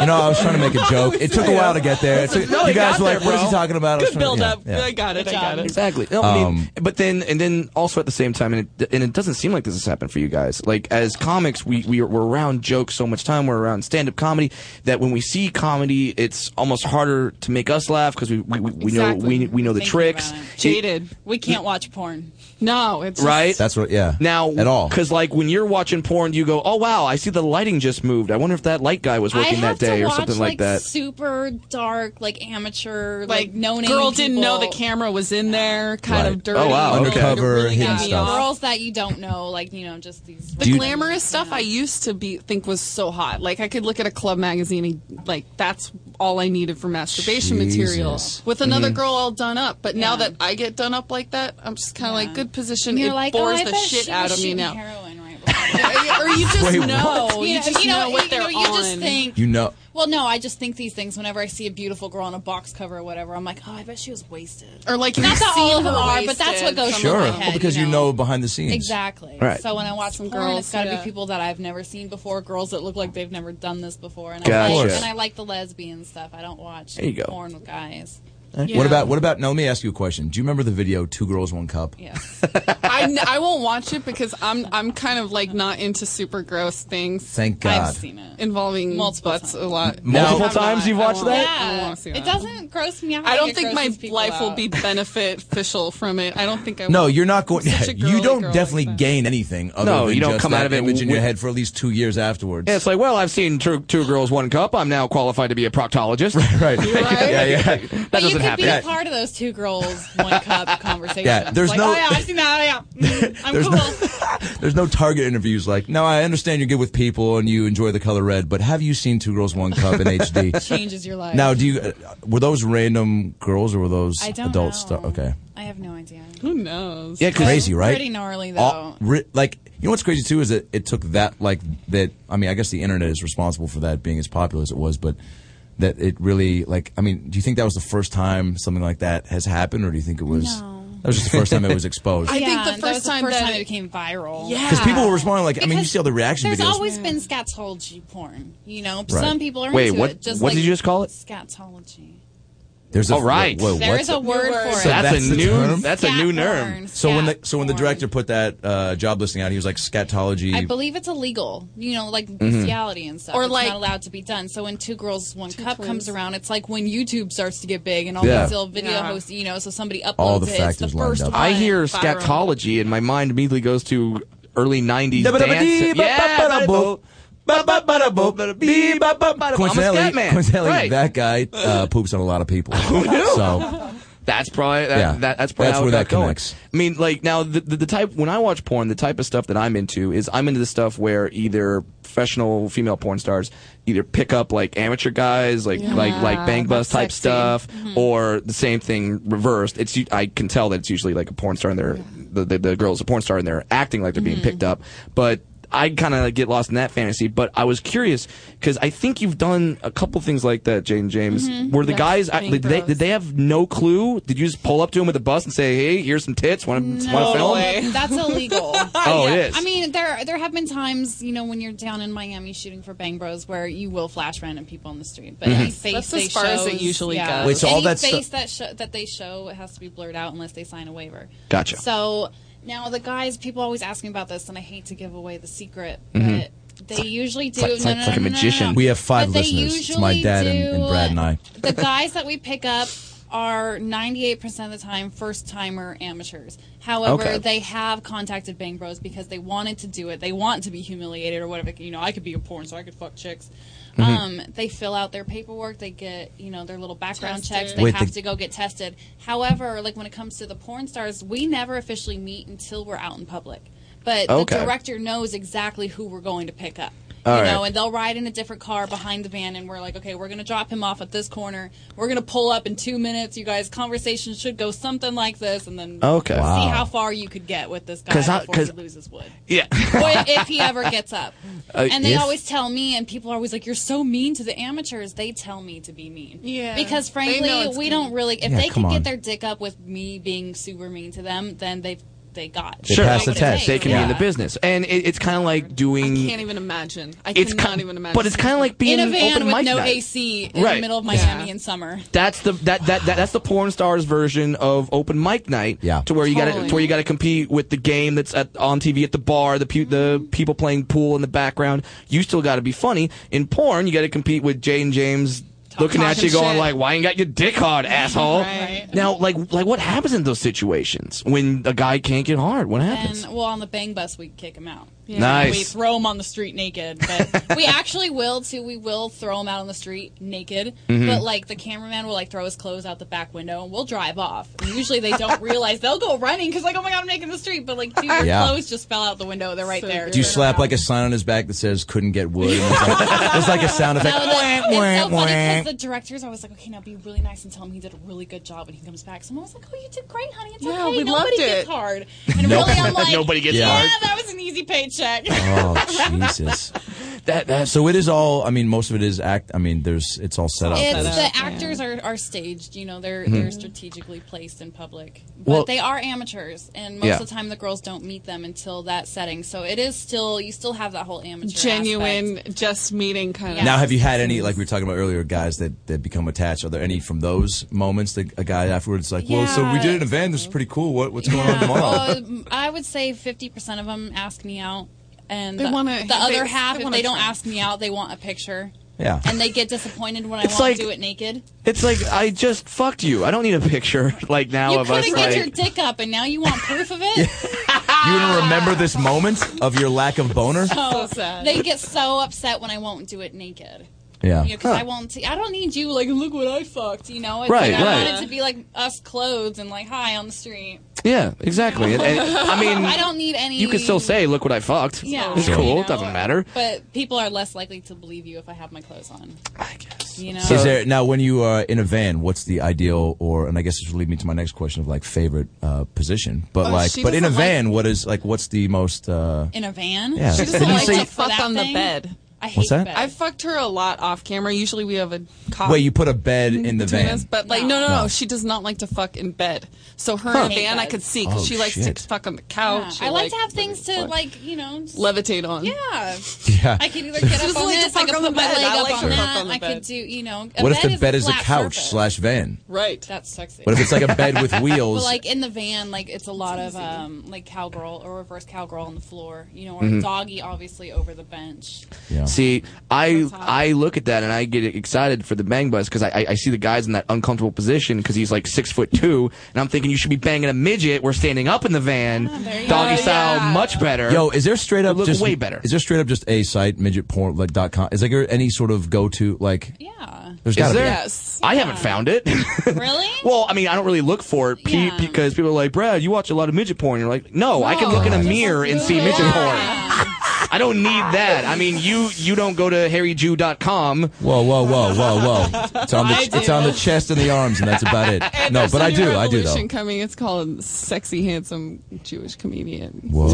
Speaker 3: you know, I was trying to make a joke. It took a while to get there. It took-
Speaker 4: No,
Speaker 3: you
Speaker 4: he
Speaker 3: guys
Speaker 4: got
Speaker 3: were like,
Speaker 4: there,
Speaker 3: what is he
Speaker 4: bro.
Speaker 3: talking about? I was
Speaker 4: Good
Speaker 3: trying to-
Speaker 4: build-up.
Speaker 3: yeah, yeah.
Speaker 6: I got it. I got it.
Speaker 4: Exactly. No, I mean,
Speaker 3: Um,
Speaker 4: but then and then also at the same time, and it, and it doesn't seem like this has happened for you guys. Like as comics, we we are, we're around jokes so much time. We're around stand-up comedy that when we see comedy, it's almost harder to make us laugh because we we, we, we know we we know the
Speaker 7: Thinking
Speaker 4: tricks.
Speaker 7: about it.
Speaker 4: It-
Speaker 7: We can't watch porn. No, it's
Speaker 4: Right?
Speaker 3: That's what, yeah.
Speaker 4: Now, at all. Because, like, when you're watching porn, you go, oh, wow, I see the lighting just moved. I wonder if that light guy was
Speaker 7: I
Speaker 4: working
Speaker 7: have
Speaker 4: that day
Speaker 7: to
Speaker 4: or
Speaker 7: watch,
Speaker 4: something like, that.
Speaker 7: Super dark, like amateur, like,
Speaker 6: Like,
Speaker 7: no name.
Speaker 6: girl didn't know the camera was in there, kind of dirty.
Speaker 3: Oh, wow. Undercover, hidden stuff.
Speaker 7: Girls that you don't know, like you know, just these.
Speaker 6: The glamorous stuff I used to be think was so hot. Like I could look at a club magazine and like that's all I needed for masturbation material.
Speaker 7: Jesus.
Speaker 6: With another
Speaker 3: Mm-hmm.
Speaker 7: Mhm.
Speaker 6: girl all done up, but now that I get done up like that, I'm just kind of like good position.
Speaker 7: You're
Speaker 6: it
Speaker 7: like, oh,
Speaker 6: bores
Speaker 7: I
Speaker 6: the
Speaker 7: bet
Speaker 6: shit
Speaker 7: she
Speaker 6: out
Speaker 7: was
Speaker 6: of me
Speaker 7: shooting
Speaker 6: now.
Speaker 7: heroin right (laughs)
Speaker 6: or you just
Speaker 3: Wait,
Speaker 6: know. (laughs)
Speaker 3: what?
Speaker 6: You
Speaker 7: Yeah,
Speaker 6: just
Speaker 7: Oh, you know,
Speaker 6: know what
Speaker 7: you,
Speaker 6: they're
Speaker 7: know, you just (laughs)
Speaker 6: on.
Speaker 7: think.
Speaker 3: You know.
Speaker 7: Well, no, I just think these things whenever I see a beautiful girl on a box cover or whatever. I'm like, oh, I bet she was wasted.
Speaker 6: Or like,
Speaker 7: not
Speaker 6: you've
Speaker 7: that
Speaker 6: seen
Speaker 7: all of them
Speaker 6: her
Speaker 7: are, but that's what
Speaker 6: wasted
Speaker 7: goes
Speaker 3: Sure.
Speaker 7: through my
Speaker 3: Well,
Speaker 7: head.
Speaker 3: because you know. behind the scenes.
Speaker 7: Exactly.
Speaker 3: Right.
Speaker 7: So when I watch some
Speaker 6: Porn
Speaker 7: girls,
Speaker 6: is-
Speaker 7: it's got to
Speaker 6: yeah.
Speaker 7: be people that I've never seen before, girls that look like they've never done this before, and I
Speaker 3: Gotcha.
Speaker 7: like,
Speaker 3: Of
Speaker 7: and
Speaker 3: course.
Speaker 7: I like the lesbian stuff. I don't watch
Speaker 3: There you go.
Speaker 7: porn with guys.
Speaker 4: Eh?
Speaker 3: What about, what about, now let me ask you a question. Do you remember the video, Two Girls, One Cup?
Speaker 6: I, n- I won't watch it because I'm I'm kind of like not into super gross things.
Speaker 3: Thank God. I've seen
Speaker 6: it involving multiple butts a lot.
Speaker 3: Multiple
Speaker 6: I'm
Speaker 3: times you've
Speaker 6: I
Speaker 3: watched
Speaker 6: won't-
Speaker 3: that?
Speaker 6: I
Speaker 7: Yeah.
Speaker 6: won't see
Speaker 7: It
Speaker 6: that.
Speaker 7: doesn't gross me out.
Speaker 6: I don't
Speaker 7: It
Speaker 6: think my
Speaker 7: grosses people
Speaker 6: life will
Speaker 7: out.
Speaker 6: be beneficial from it. I don't think I.
Speaker 3: No,
Speaker 6: will.
Speaker 3: you're not going.
Speaker 6: I'm such a
Speaker 3: you don't
Speaker 6: girly
Speaker 3: definitely gain anything. Other
Speaker 4: No,
Speaker 3: than
Speaker 4: you don't
Speaker 3: just
Speaker 4: come out
Speaker 3: that
Speaker 4: of it
Speaker 3: image in your
Speaker 4: with-
Speaker 3: head for at least two years afterwards.
Speaker 4: Yeah, it's like, well, I've seen two, two girls, one cup. I'm now qualified to be a proctologist.
Speaker 3: right. Yeah, yeah.
Speaker 4: That
Speaker 7: But
Speaker 4: doesn't
Speaker 7: you could
Speaker 4: happen.
Speaker 7: be a part of those two girls, one cup conversation.
Speaker 3: (laughs) Yeah, there's
Speaker 7: like,
Speaker 3: no-
Speaker 7: Oh yeah, I've seen that. Oh, yeah,
Speaker 3: (laughs)
Speaker 7: Mm, I'm
Speaker 3: There's
Speaker 7: cool.
Speaker 3: (laughs) There's no target interviews like. No, I understand you're good with people and you enjoy the color red, but have you seen Two Girls One Cup in HD?
Speaker 7: (laughs) Changes your life.
Speaker 3: Now, do you? uh, Were those random girls or were those
Speaker 7: I don't
Speaker 3: adult
Speaker 7: know.
Speaker 3: stuff? (laughs) Okay.
Speaker 7: I have no idea.
Speaker 6: Who knows?
Speaker 3: Yeah, crazy, right?
Speaker 7: Pretty gnarly though.
Speaker 3: All- ri- like, you know what's crazy too is that it took that, like, that. I mean, I guess the internet is responsible for that being as popular as it was, but that it really, like, I mean, do you think that was the first time something like that has happened, or do you think it was? That was just the first time it was
Speaker 7: (laughs)
Speaker 3: exposed.
Speaker 6: I think
Speaker 7: Yeah,
Speaker 6: the
Speaker 7: that
Speaker 6: first
Speaker 7: was
Speaker 6: time
Speaker 7: the first
Speaker 6: that
Speaker 7: time it
Speaker 6: it-
Speaker 7: became viral.
Speaker 6: Yeah.
Speaker 3: Because people were responding like, I mean, you
Speaker 7: Because
Speaker 3: see all the reaction
Speaker 7: There's
Speaker 3: videos.
Speaker 7: always been scatology porn. You know,
Speaker 3: Right.
Speaker 7: some people are
Speaker 3: Wait,
Speaker 7: into
Speaker 3: what-
Speaker 7: it. Just
Speaker 3: what
Speaker 7: like
Speaker 3: did you just call it?
Speaker 7: Scatology.
Speaker 3: There's a,
Speaker 4: All right.
Speaker 3: whoa, whoa,
Speaker 7: There
Speaker 3: what's
Speaker 7: is a word for it.
Speaker 4: So that's a
Speaker 3: the
Speaker 4: new-
Speaker 3: term?
Speaker 4: that's a new nerve.
Speaker 7: porn,
Speaker 3: So when the so when the director put that uh, job listing out, he was like scatology.
Speaker 7: I believe it's illegal, you know, like
Speaker 3: Mhm.
Speaker 7: bestiality and stuff.
Speaker 6: Or
Speaker 7: Or it's
Speaker 6: like-
Speaker 7: not allowed to be done. So when Two Girls One Cup comes around, it's like when YouTube starts to get big and all
Speaker 4: Yeah.
Speaker 7: these little video
Speaker 6: Yeah.
Speaker 7: hosts, you know, so somebody uploads
Speaker 4: All the
Speaker 7: it. it's
Speaker 4: factors
Speaker 7: the first one.
Speaker 4: I hear
Speaker 7: Viral.
Speaker 4: scatology, and my mind immediately goes to early 90s dance. Yeah,
Speaker 3: Coincidentally,
Speaker 4: I'm a scat man.
Speaker 3: coincidentally,
Speaker 4: Right.
Speaker 3: that guy uh, poops on a lot of people. So
Speaker 4: (laughs) That's probably that,
Speaker 3: Yeah.
Speaker 4: that, that's probably
Speaker 3: That's
Speaker 4: how it
Speaker 3: where
Speaker 4: got
Speaker 3: that
Speaker 4: going.
Speaker 3: connects.
Speaker 4: I mean, like now the, the the type when I watch porn, the type of stuff that I'm into is I'm into the stuff where either professional female porn stars either pick up like amateur guys, like like like bang bus type stuff, or the same thing reversed. It's u- I can tell that it's usually like a porn star and they're the, the the girl's a porn star and they're acting like they're being picked up, but. I kind of get lost in that fantasy, but I was curious because I think you've done a couple things like that, Jane James.
Speaker 12: Mhm.
Speaker 4: Were the
Speaker 12: Yes,
Speaker 4: guys act-
Speaker 12: Jane
Speaker 4: did they,
Speaker 12: Bros.
Speaker 4: did they have no clue? Did you just pull up to him with a bus and say, "Hey, here's some tits. Want to
Speaker 7: No,
Speaker 4: film?"
Speaker 7: That's
Speaker 6: (laughs)
Speaker 7: illegal.
Speaker 4: Oh, it is.
Speaker 7: I mean, there there have been times, you know, when you're down in Miami shooting for Bang Bros, where you will flash random people in the street, but
Speaker 3: Mhm.
Speaker 7: any face
Speaker 6: That's
Speaker 7: they
Speaker 6: as far as it
Speaker 7: shows-
Speaker 6: usually
Speaker 7: yeah.
Speaker 6: goes. Wait, so
Speaker 7: any
Speaker 3: all that
Speaker 7: face
Speaker 3: stu-
Speaker 7: that show, that they show has to be blurred out unless they sign a waiver.
Speaker 3: Gotcha.
Speaker 7: So now the guys, people always ask me about this, and I hate to give away the secret,
Speaker 3: Mhm.
Speaker 7: but. They usually do.
Speaker 3: it's like, it's
Speaker 7: no,
Speaker 3: like-
Speaker 7: no,
Speaker 3: it's like a
Speaker 7: no, no, no,
Speaker 3: magician.
Speaker 7: no.
Speaker 3: We have five
Speaker 7: But they
Speaker 3: listeners. It's
Speaker 7: usually
Speaker 3: my dad and-
Speaker 7: do-
Speaker 3: and Brad and I.
Speaker 7: the guys that we pick up are 98% of the time first timer amateurs. However,
Speaker 3: Okay.
Speaker 7: they have contacted Bang Bros because they wanted to do it. They want to be humiliated or whatever. You know, I could be a porn, so I could fuck chicks.
Speaker 12: Mm-hmm.
Speaker 4: Mhm.
Speaker 7: Um, they fill out their paperwork. They get you know their little background checks. They
Speaker 12: Wait,
Speaker 7: have
Speaker 12: the-
Speaker 7: to go get tested. However, like when it comes to the porn stars, we never officially meet until we're out in public. But
Speaker 12: Okay.
Speaker 7: the director knows exactly who we're going to pick up.
Speaker 12: All
Speaker 7: you
Speaker 12: right.
Speaker 7: know, and they'll ride in a different car behind the van, and we're like, okay, we're gonna drop him off at this corner. We're gonna pull up in two minutes. You guys, conversation should go something like this, and then
Speaker 4: Okay.
Speaker 7: see
Speaker 4: Wow.
Speaker 7: how far you could get with this guy
Speaker 4: 'Cause I-
Speaker 7: before
Speaker 4: 'cause-
Speaker 7: he loses wood
Speaker 4: Yeah.
Speaker 7: or if he ever gets up.
Speaker 4: (laughs) Uh,
Speaker 7: and they
Speaker 4: yes.
Speaker 7: always tell me, and people are always like, "You're so mean to the amateurs." They tell me to be mean,
Speaker 12: Yeah.
Speaker 7: because
Speaker 12: They
Speaker 7: frankly,
Speaker 12: know it's
Speaker 7: we
Speaker 12: mean.
Speaker 7: don't really. If
Speaker 4: Yeah,
Speaker 7: they
Speaker 4: come
Speaker 7: could
Speaker 4: on.
Speaker 7: get their dick up with me being super mean to them, then they've they got
Speaker 4: sure.
Speaker 7: That's what it takes.
Speaker 4: They can be in the
Speaker 7: Yeah.
Speaker 4: business, and it, it's kind of like doing.
Speaker 6: can't even imagine. I
Speaker 4: It's
Speaker 6: cannot
Speaker 4: ki-
Speaker 6: even imagine.
Speaker 4: but it's kinda like being
Speaker 7: in a van
Speaker 4: open
Speaker 7: with
Speaker 4: mic
Speaker 7: no
Speaker 4: night.
Speaker 7: AC in
Speaker 4: Right.
Speaker 7: the middle of
Speaker 4: Yeah.
Speaker 7: Miami in summer.
Speaker 4: That's the that, that, that that's the porn stars version of open mic night. Yeah. To where you got to
Speaker 7: Totally.
Speaker 4: to where you got to compete with the game that's at, on TV at the bar, the pe-
Speaker 7: Mm-hmm.
Speaker 4: the people playing pool in the background. You still got to be funny. In porn, you got to compete with Jay and James looking at
Speaker 12: talking
Speaker 4: you, going
Speaker 12: shit.
Speaker 4: like, "Why ain't got your dick
Speaker 7: (laughs)
Speaker 4: hard, asshole?"
Speaker 7: Right.
Speaker 4: Now, like like what happens in those situations when a guy can't get hard? What happens?
Speaker 7: And well, on the bang bus, we kick him out.
Speaker 4: Yeah. Nice.
Speaker 7: We throw him on the street naked,
Speaker 4: (laughs)
Speaker 7: but we actually will too. We will throw him out on the street naked,
Speaker 12: Mhm.
Speaker 4: Mm-hmm.
Speaker 7: but like the cameraman will like throw his clothes out the back window, and we'll drive off. And usually they
Speaker 4: (laughs)
Speaker 7: don't realize they'll go running because like oh my god I'm naked in the street, but like dude, your
Speaker 3: Yeah.
Speaker 7: clothes just fell out the window. They're right there.
Speaker 3: Do you slap like a sign on his back that says "couldn't get wood"? And it's like, there's like a sound effect.
Speaker 7: No, the- it's so funny
Speaker 3: Wah,
Speaker 7: because
Speaker 3: wah.
Speaker 7: the director's always like, okay, now be really nice and tell him he did a really good job when he comes back. So I'm always like, oh, you did great, honey. It's
Speaker 6: Yeah,
Speaker 7: okay.
Speaker 6: we
Speaker 7: Nobody
Speaker 6: loved
Speaker 7: gets
Speaker 6: it.
Speaker 7: hard. And really,
Speaker 4: (laughs)
Speaker 7: I'm like,
Speaker 4: Nobody gets
Speaker 7: yeah,
Speaker 4: hard.
Speaker 7: that was an easy paycheck. (laughs)
Speaker 3: Oh Jesus! that, that so it is all. I mean, most of it is act. I mean, there's it's all set up.
Speaker 7: It's the actors are, are staged, you know, they're
Speaker 3: Mhm.
Speaker 7: they're strategically placed in public. But
Speaker 3: Well-
Speaker 7: they are amateurs and most
Speaker 3: Yeah.
Speaker 7: of the time the girls don't meet them until that setting. So it is still you still have that whole amateur
Speaker 6: genuine, just meeting kind of.
Speaker 3: Now, have you had any like we were talking about earlier, guys that that become attached? Are there any from those moments that a guy afterwards is like, well, so we
Speaker 7: Yeah.
Speaker 3: did an event. This is pretty cool. What what's going on
Speaker 7: aspect.
Speaker 3: tomorrow?
Speaker 7: Well, Um, I would say 50% of them ask me out and
Speaker 6: They
Speaker 7: the,
Speaker 6: wanna-
Speaker 7: the
Speaker 6: they-
Speaker 7: other
Speaker 6: they
Speaker 7: half if
Speaker 6: wanna
Speaker 7: they don't
Speaker 6: try.
Speaker 7: ask me out, they want a picture.
Speaker 4: Yeah.
Speaker 7: And they get disappointed when I
Speaker 4: It's
Speaker 7: won't
Speaker 4: like-
Speaker 7: do it naked.
Speaker 4: It's like I just fucked you. I don't need a picture (laughs) like now
Speaker 7: You
Speaker 4: of us.
Speaker 7: couldn't get
Speaker 4: like,
Speaker 7: your dick up and now you want proof of it?
Speaker 4: (laughs)
Speaker 3: you gonna remember this moment of your lack of boner?
Speaker 7: So, Oh, They get so upset when I won't do it naked.
Speaker 3: Yeah.
Speaker 7: Because I won't. I I don't need you. Like, look what I fucked. You know. It's
Speaker 4: Right,
Speaker 7: Like, I
Speaker 4: right.
Speaker 7: want it to be like us clothes and like hi on the street.
Speaker 4: Yeah, exactly. And, and,
Speaker 7: (laughs)
Speaker 4: I mean,
Speaker 7: I don't need any-
Speaker 4: You can still say, "Look what I fucked."
Speaker 7: Yeah.
Speaker 4: it's
Speaker 7: Sure.
Speaker 4: cool.
Speaker 7: You know,
Speaker 4: it doesn't matter.
Speaker 7: But people are less likely to believe you if I have my clothes on. I guess. You know.
Speaker 3: is there now when you are in a van? What's the ideal, or and I guess this will lead me to my next question of like favorite uh, position, but
Speaker 7: Oh,
Speaker 3: like,
Speaker 7: she
Speaker 3: but in a
Speaker 7: doesn't like-
Speaker 3: van, what is like, what's the most? Uh,
Speaker 7: In a van.
Speaker 3: Yeah. She doesn't Didn't you like say-
Speaker 6: to fuck on the bed.
Speaker 7: I
Speaker 3: What's that?
Speaker 6: I've fucked her a lot off camera. Usually we have a cop.
Speaker 3: wait, you put a bed in the
Speaker 6: between
Speaker 3: van.
Speaker 6: us, but like, no, no,
Speaker 3: No.
Speaker 6: no, She does not like to fuck in bed. So her
Speaker 3: Huh.
Speaker 6: in a
Speaker 3: Hate
Speaker 6: van, I
Speaker 3: beds.
Speaker 6: could see because
Speaker 3: Oh,
Speaker 6: she likes
Speaker 3: shit.
Speaker 6: to fuck on the
Speaker 7: Yeah.
Speaker 6: couch.
Speaker 7: I
Speaker 6: or,
Speaker 7: like to have things to like you know. just-
Speaker 6: levitate
Speaker 3: (laughs)
Speaker 6: on.
Speaker 7: Yeah.
Speaker 3: Yeah.
Speaker 7: I could either get up
Speaker 6: Just
Speaker 7: on
Speaker 6: like to
Speaker 7: this. I
Speaker 6: fuck
Speaker 7: could
Speaker 6: on
Speaker 7: put
Speaker 6: the
Speaker 7: my
Speaker 6: bed.
Speaker 7: leg
Speaker 6: I
Speaker 7: up
Speaker 6: like to
Speaker 7: on
Speaker 6: fuck
Speaker 7: that.
Speaker 6: on the
Speaker 7: I could
Speaker 6: bed.
Speaker 7: do you know. a
Speaker 3: what if
Speaker 7: bed
Speaker 3: the bed is a
Speaker 7: flat
Speaker 3: couch
Speaker 7: surface.
Speaker 3: slash van?
Speaker 6: Right.
Speaker 7: That's sexy.
Speaker 3: What if it's like a bed with wheels?
Speaker 7: (laughs) But like in the van, like it's a lot of um, like cowgirl or reverse cowgirl on the floor, you know, or
Speaker 3: Mm-hmm.
Speaker 4: Mhm.
Speaker 7: doggy obviously over the bench.
Speaker 4: See, I I look at that and I get excited for the bang bus because I, I I see the guys in that uncomfortable position because he's like six foot two and I'm thinking you should be banging a midget. We're standing up in the van,
Speaker 7: Ah,
Speaker 4: doggy style,
Speaker 7: Oh,
Speaker 4: much better.
Speaker 3: Yo, is there straight up
Speaker 4: Would look
Speaker 3: just
Speaker 4: way better?
Speaker 3: Is there straight up just a site midgetporn like dot com? Is there any sort of go to like?
Speaker 7: Yeah,
Speaker 3: there's gotta
Speaker 4: there?
Speaker 3: be. (laughs)
Speaker 4: I haven't found it.
Speaker 7: really?
Speaker 4: well, I mean, I don't really look for it pe- because people are like, Brad, you watch a lot of midget porn. You're like, no, I can look in a mirror and see midget porn. (laughs) I don't need that. I mean, you you don't go to harryjew.com.
Speaker 3: Whoa, whoa, whoa, whoa, whoa! It's on
Speaker 6: I
Speaker 3: the it's
Speaker 6: do.
Speaker 3: on the chest and the arms, and that's about
Speaker 7: (laughs)
Speaker 3: it. no, but I do, I do though.
Speaker 6: Revolution Coming, it's called "Sexy Handsome Jewish Comedian."
Speaker 3: Whoa,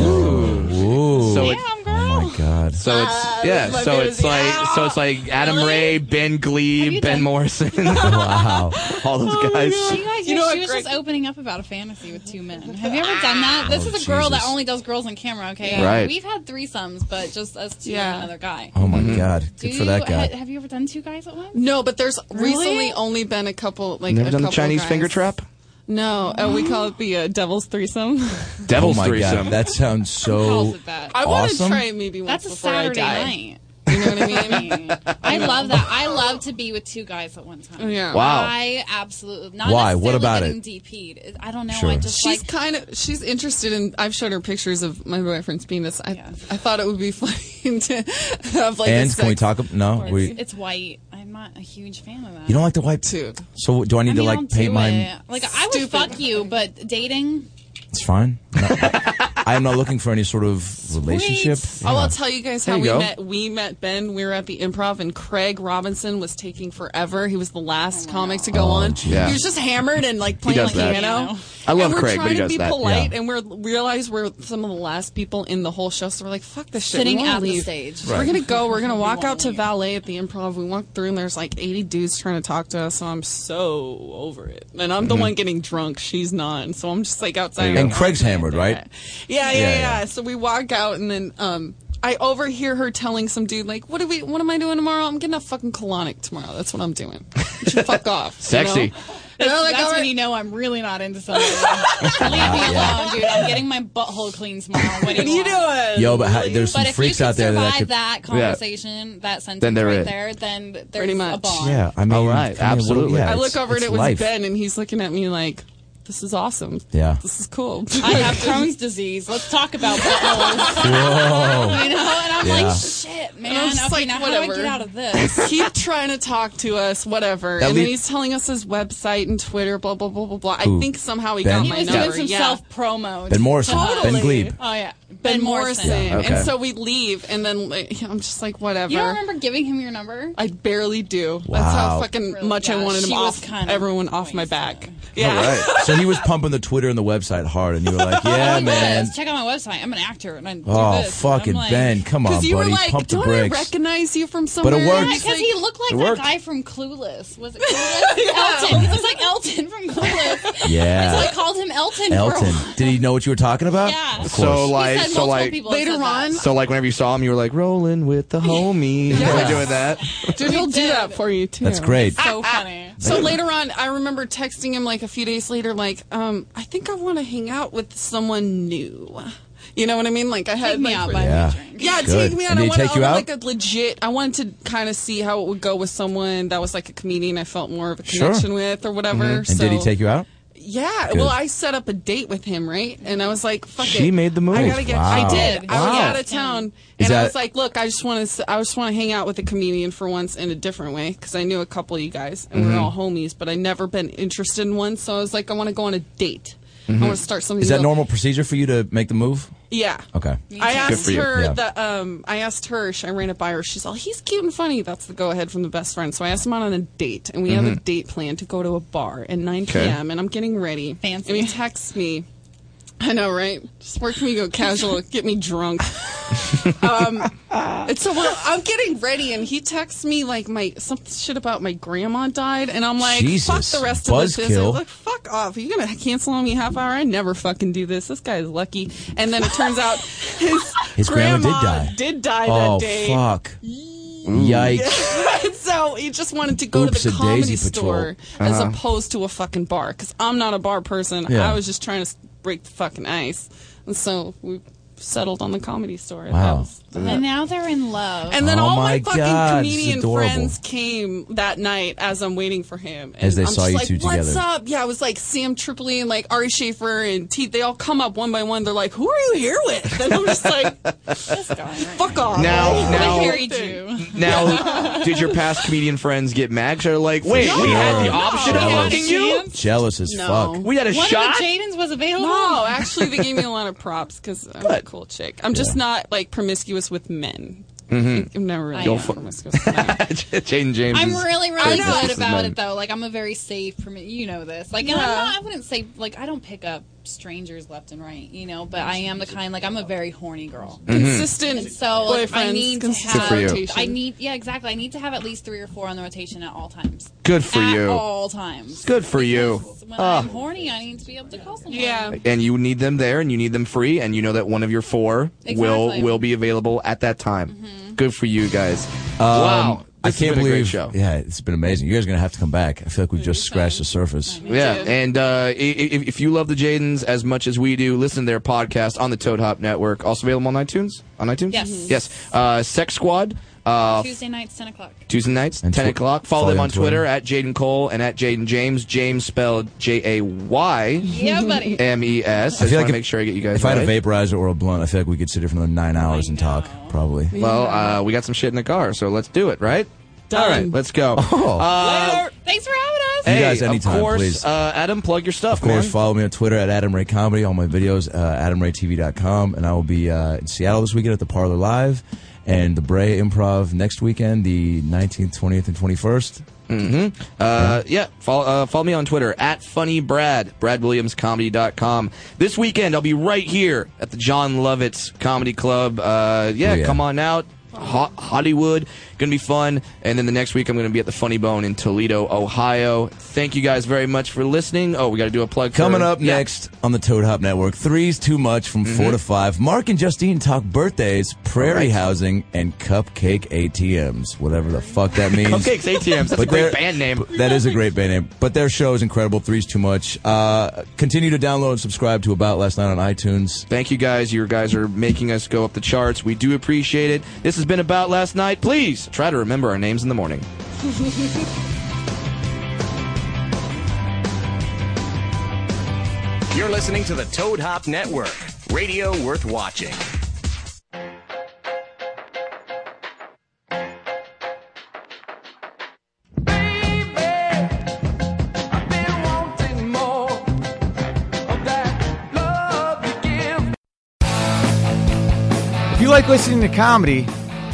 Speaker 3: whoa!
Speaker 4: So it-
Speaker 3: oh my god!
Speaker 4: So it's yeah.
Speaker 6: my
Speaker 4: So it's
Speaker 6: fantasy.
Speaker 4: like so it's like Adam Ray, Ben Glebe, Ben Morrison.
Speaker 3: wow,
Speaker 4: (laughs) all those guys.
Speaker 7: So Oh, you guys,
Speaker 6: You know
Speaker 7: she
Speaker 6: what,
Speaker 7: was
Speaker 6: Greg-
Speaker 7: just opening up about a fantasy with two (laughs) men. Have you ever done that? This
Speaker 3: Oh,
Speaker 7: is a girl that
Speaker 3: Jesus.
Speaker 7: only does girls on camera. Okay,
Speaker 3: Yeah. Right.
Speaker 7: We've had threesomes, but just us two
Speaker 6: Yeah.
Speaker 7: and another guy.
Speaker 3: Oh my
Speaker 4: Mm-hmm.
Speaker 3: god!
Speaker 7: Do
Speaker 3: Good for that
Speaker 7: you-
Speaker 3: guy.
Speaker 7: ha- have you ever done two guys at once?
Speaker 6: No, but there's
Speaker 7: Really?
Speaker 6: recently only been a couple. Like
Speaker 4: Never
Speaker 6: a
Speaker 4: done the
Speaker 6: couple
Speaker 4: Chinese
Speaker 6: guys.
Speaker 4: finger trap?
Speaker 3: Oh
Speaker 6: No, uh, we call it the uh, Devil's Threesome.
Speaker 4: Devil's
Speaker 3: oh my
Speaker 4: threesome.
Speaker 3: God, that sounds so
Speaker 6: (laughs) I want to
Speaker 3: awesome.
Speaker 6: try it maybe once
Speaker 7: That's a
Speaker 6: before
Speaker 7: Saturday
Speaker 6: I die.
Speaker 7: night.
Speaker 6: You know what I mean?
Speaker 7: I love that. I love to be with two guys at one time.
Speaker 6: Yeah.
Speaker 3: Wow.
Speaker 7: I absolutely not.
Speaker 3: Why? What
Speaker 7: necessarily
Speaker 3: about
Speaker 7: getting
Speaker 3: it?
Speaker 7: DP'd. I don't know.
Speaker 3: Sure.
Speaker 7: I just
Speaker 6: she's kind of she's interested in. I've shown her pictures of my boyfriend's penis. I I thought it would be (laughs) funny to have like. a
Speaker 3: and can we
Speaker 6: sex-
Speaker 3: talk? ab- No,
Speaker 7: like
Speaker 3: we.
Speaker 7: it's, it's white. I'm not a huge fan of that.
Speaker 3: You don't like the white.
Speaker 6: Dude.
Speaker 3: So do I need
Speaker 7: I mean,
Speaker 3: to
Speaker 7: I'll
Speaker 3: like paint
Speaker 7: do
Speaker 3: mine?
Speaker 7: it. Like I would fuck you, but
Speaker 6: (laughs)
Speaker 7: dating.
Speaker 3: It's fine. No, I, I am not looking for any sort of relationship.
Speaker 6: Oh,
Speaker 3: Yeah.
Speaker 6: I'll tell you guys how
Speaker 3: There you go.
Speaker 6: we met. We met Ben. We were at the improv, and Craig Robinson was taking forever. He was the last
Speaker 7: Oh
Speaker 6: comic to go on.
Speaker 4: geez. Oh, Yeah.
Speaker 6: He was just hammered and like
Speaker 4: He
Speaker 6: playing
Speaker 4: does
Speaker 6: like
Speaker 4: that.
Speaker 6: piano.
Speaker 4: I love
Speaker 6: and we're
Speaker 4: Craig, but
Speaker 6: trying
Speaker 4: he
Speaker 6: to
Speaker 4: does
Speaker 6: be
Speaker 4: that.
Speaker 6: polite,
Speaker 4: Yeah.
Speaker 6: and we're realize we're some of the last people in the whole show. So we're like, "Fuck this shit."
Speaker 7: Sitting
Speaker 6: we wanna
Speaker 7: at the
Speaker 6: leave.
Speaker 7: stage.
Speaker 6: We're
Speaker 7: Right.
Speaker 6: gonna go. We're gonna walk out to valet at the improv. We walk through, and there's like 80 dudes trying to talk to us. So I'm so over it, and I'm the
Speaker 3: Mhm.
Speaker 6: one getting drunk. She's not, and so I'm just like outside.
Speaker 3: And
Speaker 6: I'm
Speaker 3: Craig's hammered, right?
Speaker 6: yeah, yeah,
Speaker 3: Yeah,
Speaker 6: yeah, So we walk out, and then um, I overhear her telling some dude, like, "What do we? What am I doing tomorrow? I'm getting a fucking colonic tomorrow. That's what I'm doing. You
Speaker 3: (laughs)
Speaker 6: should fuck off." You
Speaker 4: Sexy.
Speaker 6: know?
Speaker 7: That's,
Speaker 6: like,
Speaker 7: that's
Speaker 6: all
Speaker 7: when
Speaker 6: right.
Speaker 7: you know I'm really not into something. Leave
Speaker 3: (laughs)
Speaker 7: me alone, dude. I'm getting my butthole clean tomorrow. What
Speaker 6: (laughs)
Speaker 7: do you,
Speaker 6: doing?
Speaker 3: Yo, but how, there's some
Speaker 7: but if
Speaker 3: freaks
Speaker 7: you could
Speaker 3: out there that I
Speaker 7: survive
Speaker 3: could.
Speaker 7: that conversation, that sentence
Speaker 3: Then they're
Speaker 7: right
Speaker 3: it.
Speaker 7: there, then there's
Speaker 6: Pretty
Speaker 7: a
Speaker 6: much.
Speaker 7: bond.
Speaker 3: Yeah, I mean, all right,
Speaker 4: absolutely.
Speaker 3: Yeah,
Speaker 6: I
Speaker 3: it's-
Speaker 6: look over and
Speaker 3: it's
Speaker 6: it was
Speaker 3: life.
Speaker 6: Ben, and he's looking at me like, "This is awesome.
Speaker 3: Yeah.
Speaker 6: this is cool.
Speaker 7: I
Speaker 6: (laughs)
Speaker 7: have Crohn's disease. Let's
Speaker 3: (laughs)
Speaker 7: talk about buttholes.
Speaker 3: Whoa.
Speaker 7: You know, and I'm
Speaker 3: Yeah.
Speaker 7: like, shit, man.
Speaker 6: I'm just
Speaker 7: okay,
Speaker 6: like,
Speaker 7: now how do
Speaker 6: whatever.
Speaker 7: I get out of this?
Speaker 6: Just (laughs) keep trying to talk to us, whatever.
Speaker 3: At
Speaker 6: and then
Speaker 3: lea-
Speaker 6: he's telling us his website and Twitter, blah blah blah blah blah. I
Speaker 3: Who?
Speaker 6: think somehow he
Speaker 3: Ben?
Speaker 6: got
Speaker 3: He
Speaker 6: my
Speaker 7: was doing
Speaker 6: number.
Speaker 7: some
Speaker 6: yeah.
Speaker 7: self-promo.
Speaker 3: Ben Morrison, Ben
Speaker 6: Totally.
Speaker 3: Glebe.
Speaker 7: Oh yeah, Ben,
Speaker 6: Ben
Speaker 7: Morrison.
Speaker 6: Morrison.
Speaker 3: Yeah, okay.
Speaker 6: And so we leave, and then like, I'm just like, whatever.
Speaker 7: You don't remember giving him your number?
Speaker 6: I barely do. That's how
Speaker 3: Wow.
Speaker 6: fucking much I wanted him
Speaker 7: she was
Speaker 6: off, everyone off my back.
Speaker 3: All
Speaker 6: Yeah.
Speaker 3: right. So he was pumping the Twitter and the website hard, and you were like,
Speaker 6: (laughs)
Speaker 3: "Yeah,
Speaker 7: Look at
Speaker 3: man."
Speaker 7: this. Check out my website. I'm an actor and I do
Speaker 3: Oh,
Speaker 7: this.
Speaker 3: fucking
Speaker 7: I'm like-
Speaker 3: Ben! Come on,
Speaker 6: Because you were
Speaker 3: buddy,
Speaker 6: like,
Speaker 3: pump the
Speaker 6: don't I
Speaker 3: brakes.
Speaker 6: recognize you from somewhere?
Speaker 3: But it worked.
Speaker 7: Yeah, because he looked like
Speaker 3: It
Speaker 7: that
Speaker 3: worked.
Speaker 7: guy from Clueless.
Speaker 6: (laughs)
Speaker 7: Was it Clueless? Elton. He looks like Elton from Clueless.
Speaker 3: Yeah.
Speaker 7: And so I called him Elton. For a
Speaker 3: Elton,
Speaker 7: while.
Speaker 3: did he know what you were talking about?
Speaker 7: Yeah.
Speaker 3: Of course.
Speaker 4: So like,
Speaker 7: said
Speaker 4: so
Speaker 7: multiple
Speaker 4: like,
Speaker 7: people have said
Speaker 6: Later
Speaker 7: that.
Speaker 6: on,
Speaker 4: so like, whenever you saw him, you were like, rolling with the homies.
Speaker 6: Yeah.
Speaker 4: Were they doing
Speaker 7: (laughs)
Speaker 4: that?
Speaker 6: (laughs) Dude, he'll do that for you too.
Speaker 3: That's great. (laughs)
Speaker 7: So funny.
Speaker 6: So later on, I remember texting him like a few days later, like, um, I think I want to hang out with someone new. You know what I mean? Like I had
Speaker 7: Take me
Speaker 6: like,
Speaker 7: out,
Speaker 6: for-
Speaker 7: buy me
Speaker 3: Yeah.
Speaker 7: a drink.
Speaker 6: Yeah,
Speaker 3: Good.
Speaker 6: take me out.
Speaker 3: And did
Speaker 6: I
Speaker 3: he
Speaker 6: wanted
Speaker 3: take you
Speaker 6: I
Speaker 3: out?
Speaker 6: wanted, like a legit. I wanted to kind of see how it would go with someone that was like a comedian. I felt more of a
Speaker 3: Sure. Mm-hmm.
Speaker 6: connection with or whatever.
Speaker 3: And did he take you out?
Speaker 6: Yeah.
Speaker 3: Good.
Speaker 6: Well, I set up a date with him, right? And I was like, "Fuck it."
Speaker 3: She made the move.
Speaker 6: I gotta get.
Speaker 3: Wow.
Speaker 6: I did. I was
Speaker 3: Wow.
Speaker 6: out of town,
Speaker 3: Is
Speaker 6: and I
Speaker 3: that-
Speaker 6: was like, "Look, I just want to. I just want to hang out with a comedian for once in a different way because I knew a couple of you guys and
Speaker 3: Mm-hmm.
Speaker 6: we are all homies, but I never been interested in one. So I was like, I want to go on a date. I want to start something.
Speaker 3: Mm-hmm. Is that
Speaker 6: new.
Speaker 3: normal procedure for you to make the move?
Speaker 6: Yeah.
Speaker 3: Okay.
Speaker 6: I
Speaker 4: Good
Speaker 6: asked
Speaker 4: for you.
Speaker 6: her
Speaker 3: Yeah.
Speaker 6: the um I asked her, she- I ran it by her, she's all he's cute and funny. That's the go ahead from the best friend. So I asked him out on a date and we have a date plan to go to a bar at nine
Speaker 4: Mm-hmm. Okay.
Speaker 6: PM and I'm getting ready.
Speaker 7: Fancy.
Speaker 6: And he texts me. I know, right? Just where can we go casual? Get me drunk.
Speaker 3: (sighs)
Speaker 6: um, and so well, I'm getting ready, and he texts me like my some shit about my grandma died, and I'm like, fuck
Speaker 3: Jesus,
Speaker 6: the rest of this. business.
Speaker 3: buzzkill.
Speaker 6: Like, fuck off. Are you gonna cancel on me half hour? I never fucking do this. This guy's lucky. And then it turns
Speaker 3: (laughs)
Speaker 6: out his,
Speaker 3: His grandma did die.
Speaker 6: did die
Speaker 3: oh
Speaker 6: that day.
Speaker 3: fuck! Yikes!
Speaker 6: (laughs) And so he just wanted to go
Speaker 3: Oops,
Speaker 6: to
Speaker 3: a
Speaker 6: the comedy
Speaker 3: daisy
Speaker 6: store
Speaker 3: patrol.
Speaker 6: as
Speaker 3: Uh-huh.
Speaker 6: opposed to a fucking bar because I'm not a bar person.
Speaker 3: Yeah.
Speaker 6: I was just trying to s- break the fucking ice, and so we settled on the comedy store. And that
Speaker 3: Wow.
Speaker 6: was-
Speaker 7: And now they're in love.
Speaker 6: and then
Speaker 3: Oh
Speaker 6: all my,
Speaker 3: my
Speaker 6: fucking
Speaker 3: God, this is
Speaker 6: comedian
Speaker 3: adorable.
Speaker 6: friends came that night as I'm waiting for him. And
Speaker 3: As they
Speaker 6: I'm
Speaker 3: saw
Speaker 6: just
Speaker 3: you
Speaker 6: like,
Speaker 3: two
Speaker 6: What's
Speaker 3: together."
Speaker 6: up? Yeah, it was like Sam Tripoli and like Ari Schaefer and Teeth. They all come up one by one. They're like, "Who are you here with?" And I'm just like,
Speaker 7: This guy, right?
Speaker 6: (laughs) "Fuck off."
Speaker 4: Now,
Speaker 7: I
Speaker 4: now,
Speaker 7: married you.
Speaker 6: (laughs)
Speaker 4: now, did your past comedian friends get mad? 'Cause They're like, wait,
Speaker 3: For
Speaker 4: we had
Speaker 3: sure.
Speaker 4: the option of
Speaker 3: Jealous.
Speaker 4: fucking you.
Speaker 3: Jealous as
Speaker 6: No.
Speaker 3: fuck.
Speaker 4: We had a
Speaker 7: One
Speaker 4: shot.
Speaker 7: of the Jadens was available.
Speaker 6: No, actually, they gave me a lot of props because I'm a cool chick. I'm just not like promiscuous with men.
Speaker 3: Mm-hmm.
Speaker 6: I'm never really
Speaker 7: I know.
Speaker 6: been
Speaker 4: (laughs)
Speaker 6: promiscuous. With men.
Speaker 4: Jane James.
Speaker 7: I'm
Speaker 4: is-
Speaker 7: really, really
Speaker 4: know.
Speaker 7: good
Speaker 4: This is
Speaker 7: about
Speaker 4: mine.
Speaker 7: it though. Like I'm a very safe permit. You know this. Like, and I'm
Speaker 6: Yeah.
Speaker 7: not. I wouldn't say like I don't pick up strangers left and right. You know, but I am the kind. Like I'm a very horny girl.
Speaker 3: Mm-hmm.
Speaker 6: Consistent
Speaker 7: And so like,
Speaker 6: boyfriends.
Speaker 7: I need to
Speaker 6: consistent
Speaker 7: have.
Speaker 6: rotation.
Speaker 7: I need. Yeah, exactly. I need to have at least three or four on the rotation at all times.
Speaker 4: Good for
Speaker 7: at
Speaker 4: you. Ah.
Speaker 7: All times.
Speaker 4: Good for you.
Speaker 7: When I'm horny, I need to be able to call someone.
Speaker 6: Yeah.
Speaker 7: (laughs)
Speaker 4: and you need them there and you need them free and you know that one of your four will
Speaker 7: Exactly. Mm-hmm.
Speaker 4: will be available at that time good for you guys Um, wow
Speaker 3: Um, I
Speaker 4: this has
Speaker 3: can't
Speaker 4: been a great
Speaker 3: believe.
Speaker 4: show
Speaker 3: Yeah, it's been amazing. You guys are gonna have to come back. I feel like we've just scratched the surface.
Speaker 4: yeah, and uh, i- i- if, if you love the Jadens as much as we do, listen to their podcast on the Toad Hop Network. Also available on iTunes. On iTunes,
Speaker 7: Yes. Mhm.
Speaker 4: yes. Uh, Sex Squad Uh,
Speaker 7: Tuesday nights, 10 o'clock.
Speaker 4: Tuesday nights, 10 o'clock. Follow, them on Twitter, at Jaden Cole and at Jaden James. James spelled J A Y
Speaker 7: Yeah, buddy.
Speaker 4: M E S. I just want to make sure I get you guys
Speaker 3: If I had
Speaker 4: right.
Speaker 3: a vaporizer or a blunt, I feel like we could sit here for another nine hours and talk. Probably.
Speaker 4: Well, uh, we got some shit in the car, so let's do it, right? All right, let's go. Uh,
Speaker 7: Thanks for having us.
Speaker 3: Oh. You
Speaker 4: hey,
Speaker 3: guys anytime,
Speaker 4: of course,
Speaker 3: please.
Speaker 4: Uh, Adam, plug your stuff,
Speaker 3: Of course,
Speaker 4: man.
Speaker 3: follow me on Twitter at Adam Ray Comedy. All my videos, uh, AdamRayTV.com, and I will be uh, in Seattle this weekend at the Parlor Live, and the Bray Improv next weekend, the 19th, 20th, and 21st.
Speaker 4: Mm-hmm. Uh, yeah, follow, uh, follow me on Twitter at funnybrad, bradwilliamscomedy.com. This weekend, I'll be right here at the John Lovitz Comedy Club. Uh, yeah,
Speaker 12: Oh, yeah.
Speaker 4: come on out. Ho- Hollywood, gonna be fun. And then the next week, I'm gonna be at the Funny Bone in Toledo, Ohio. Thank you guys very much for listening. Oh, we gotta do a plug. for-
Speaker 3: Coming
Speaker 4: (laughs)
Speaker 3: up
Speaker 4: Yeah. Mm-hmm.
Speaker 3: next on the Toad Hop Network, three's too much from four to five. Mark and Justine talk birthdays, prairie
Speaker 4: Alright.
Speaker 3: housing, and cupcake ATMs. Whatever the fuck that means.
Speaker 4: Cupcakes
Speaker 3: (laughs)
Speaker 4: ATMs. That's a
Speaker 3: But
Speaker 4: great
Speaker 3: they're-
Speaker 4: band name.
Speaker 3: That is a great band name. But their show is incredible. Three's too much. Uh, continue to download and subscribe to About Last Night on iTunes.
Speaker 4: Thank you guys. You guys are making us go up the charts. We do appreciate it. This has been about last night. Please try to remember our names in the morning.
Speaker 1: You're listening to the Toad Hop Network, radio worth watching.
Speaker 13: If you like listening to comedy,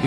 Speaker 13: You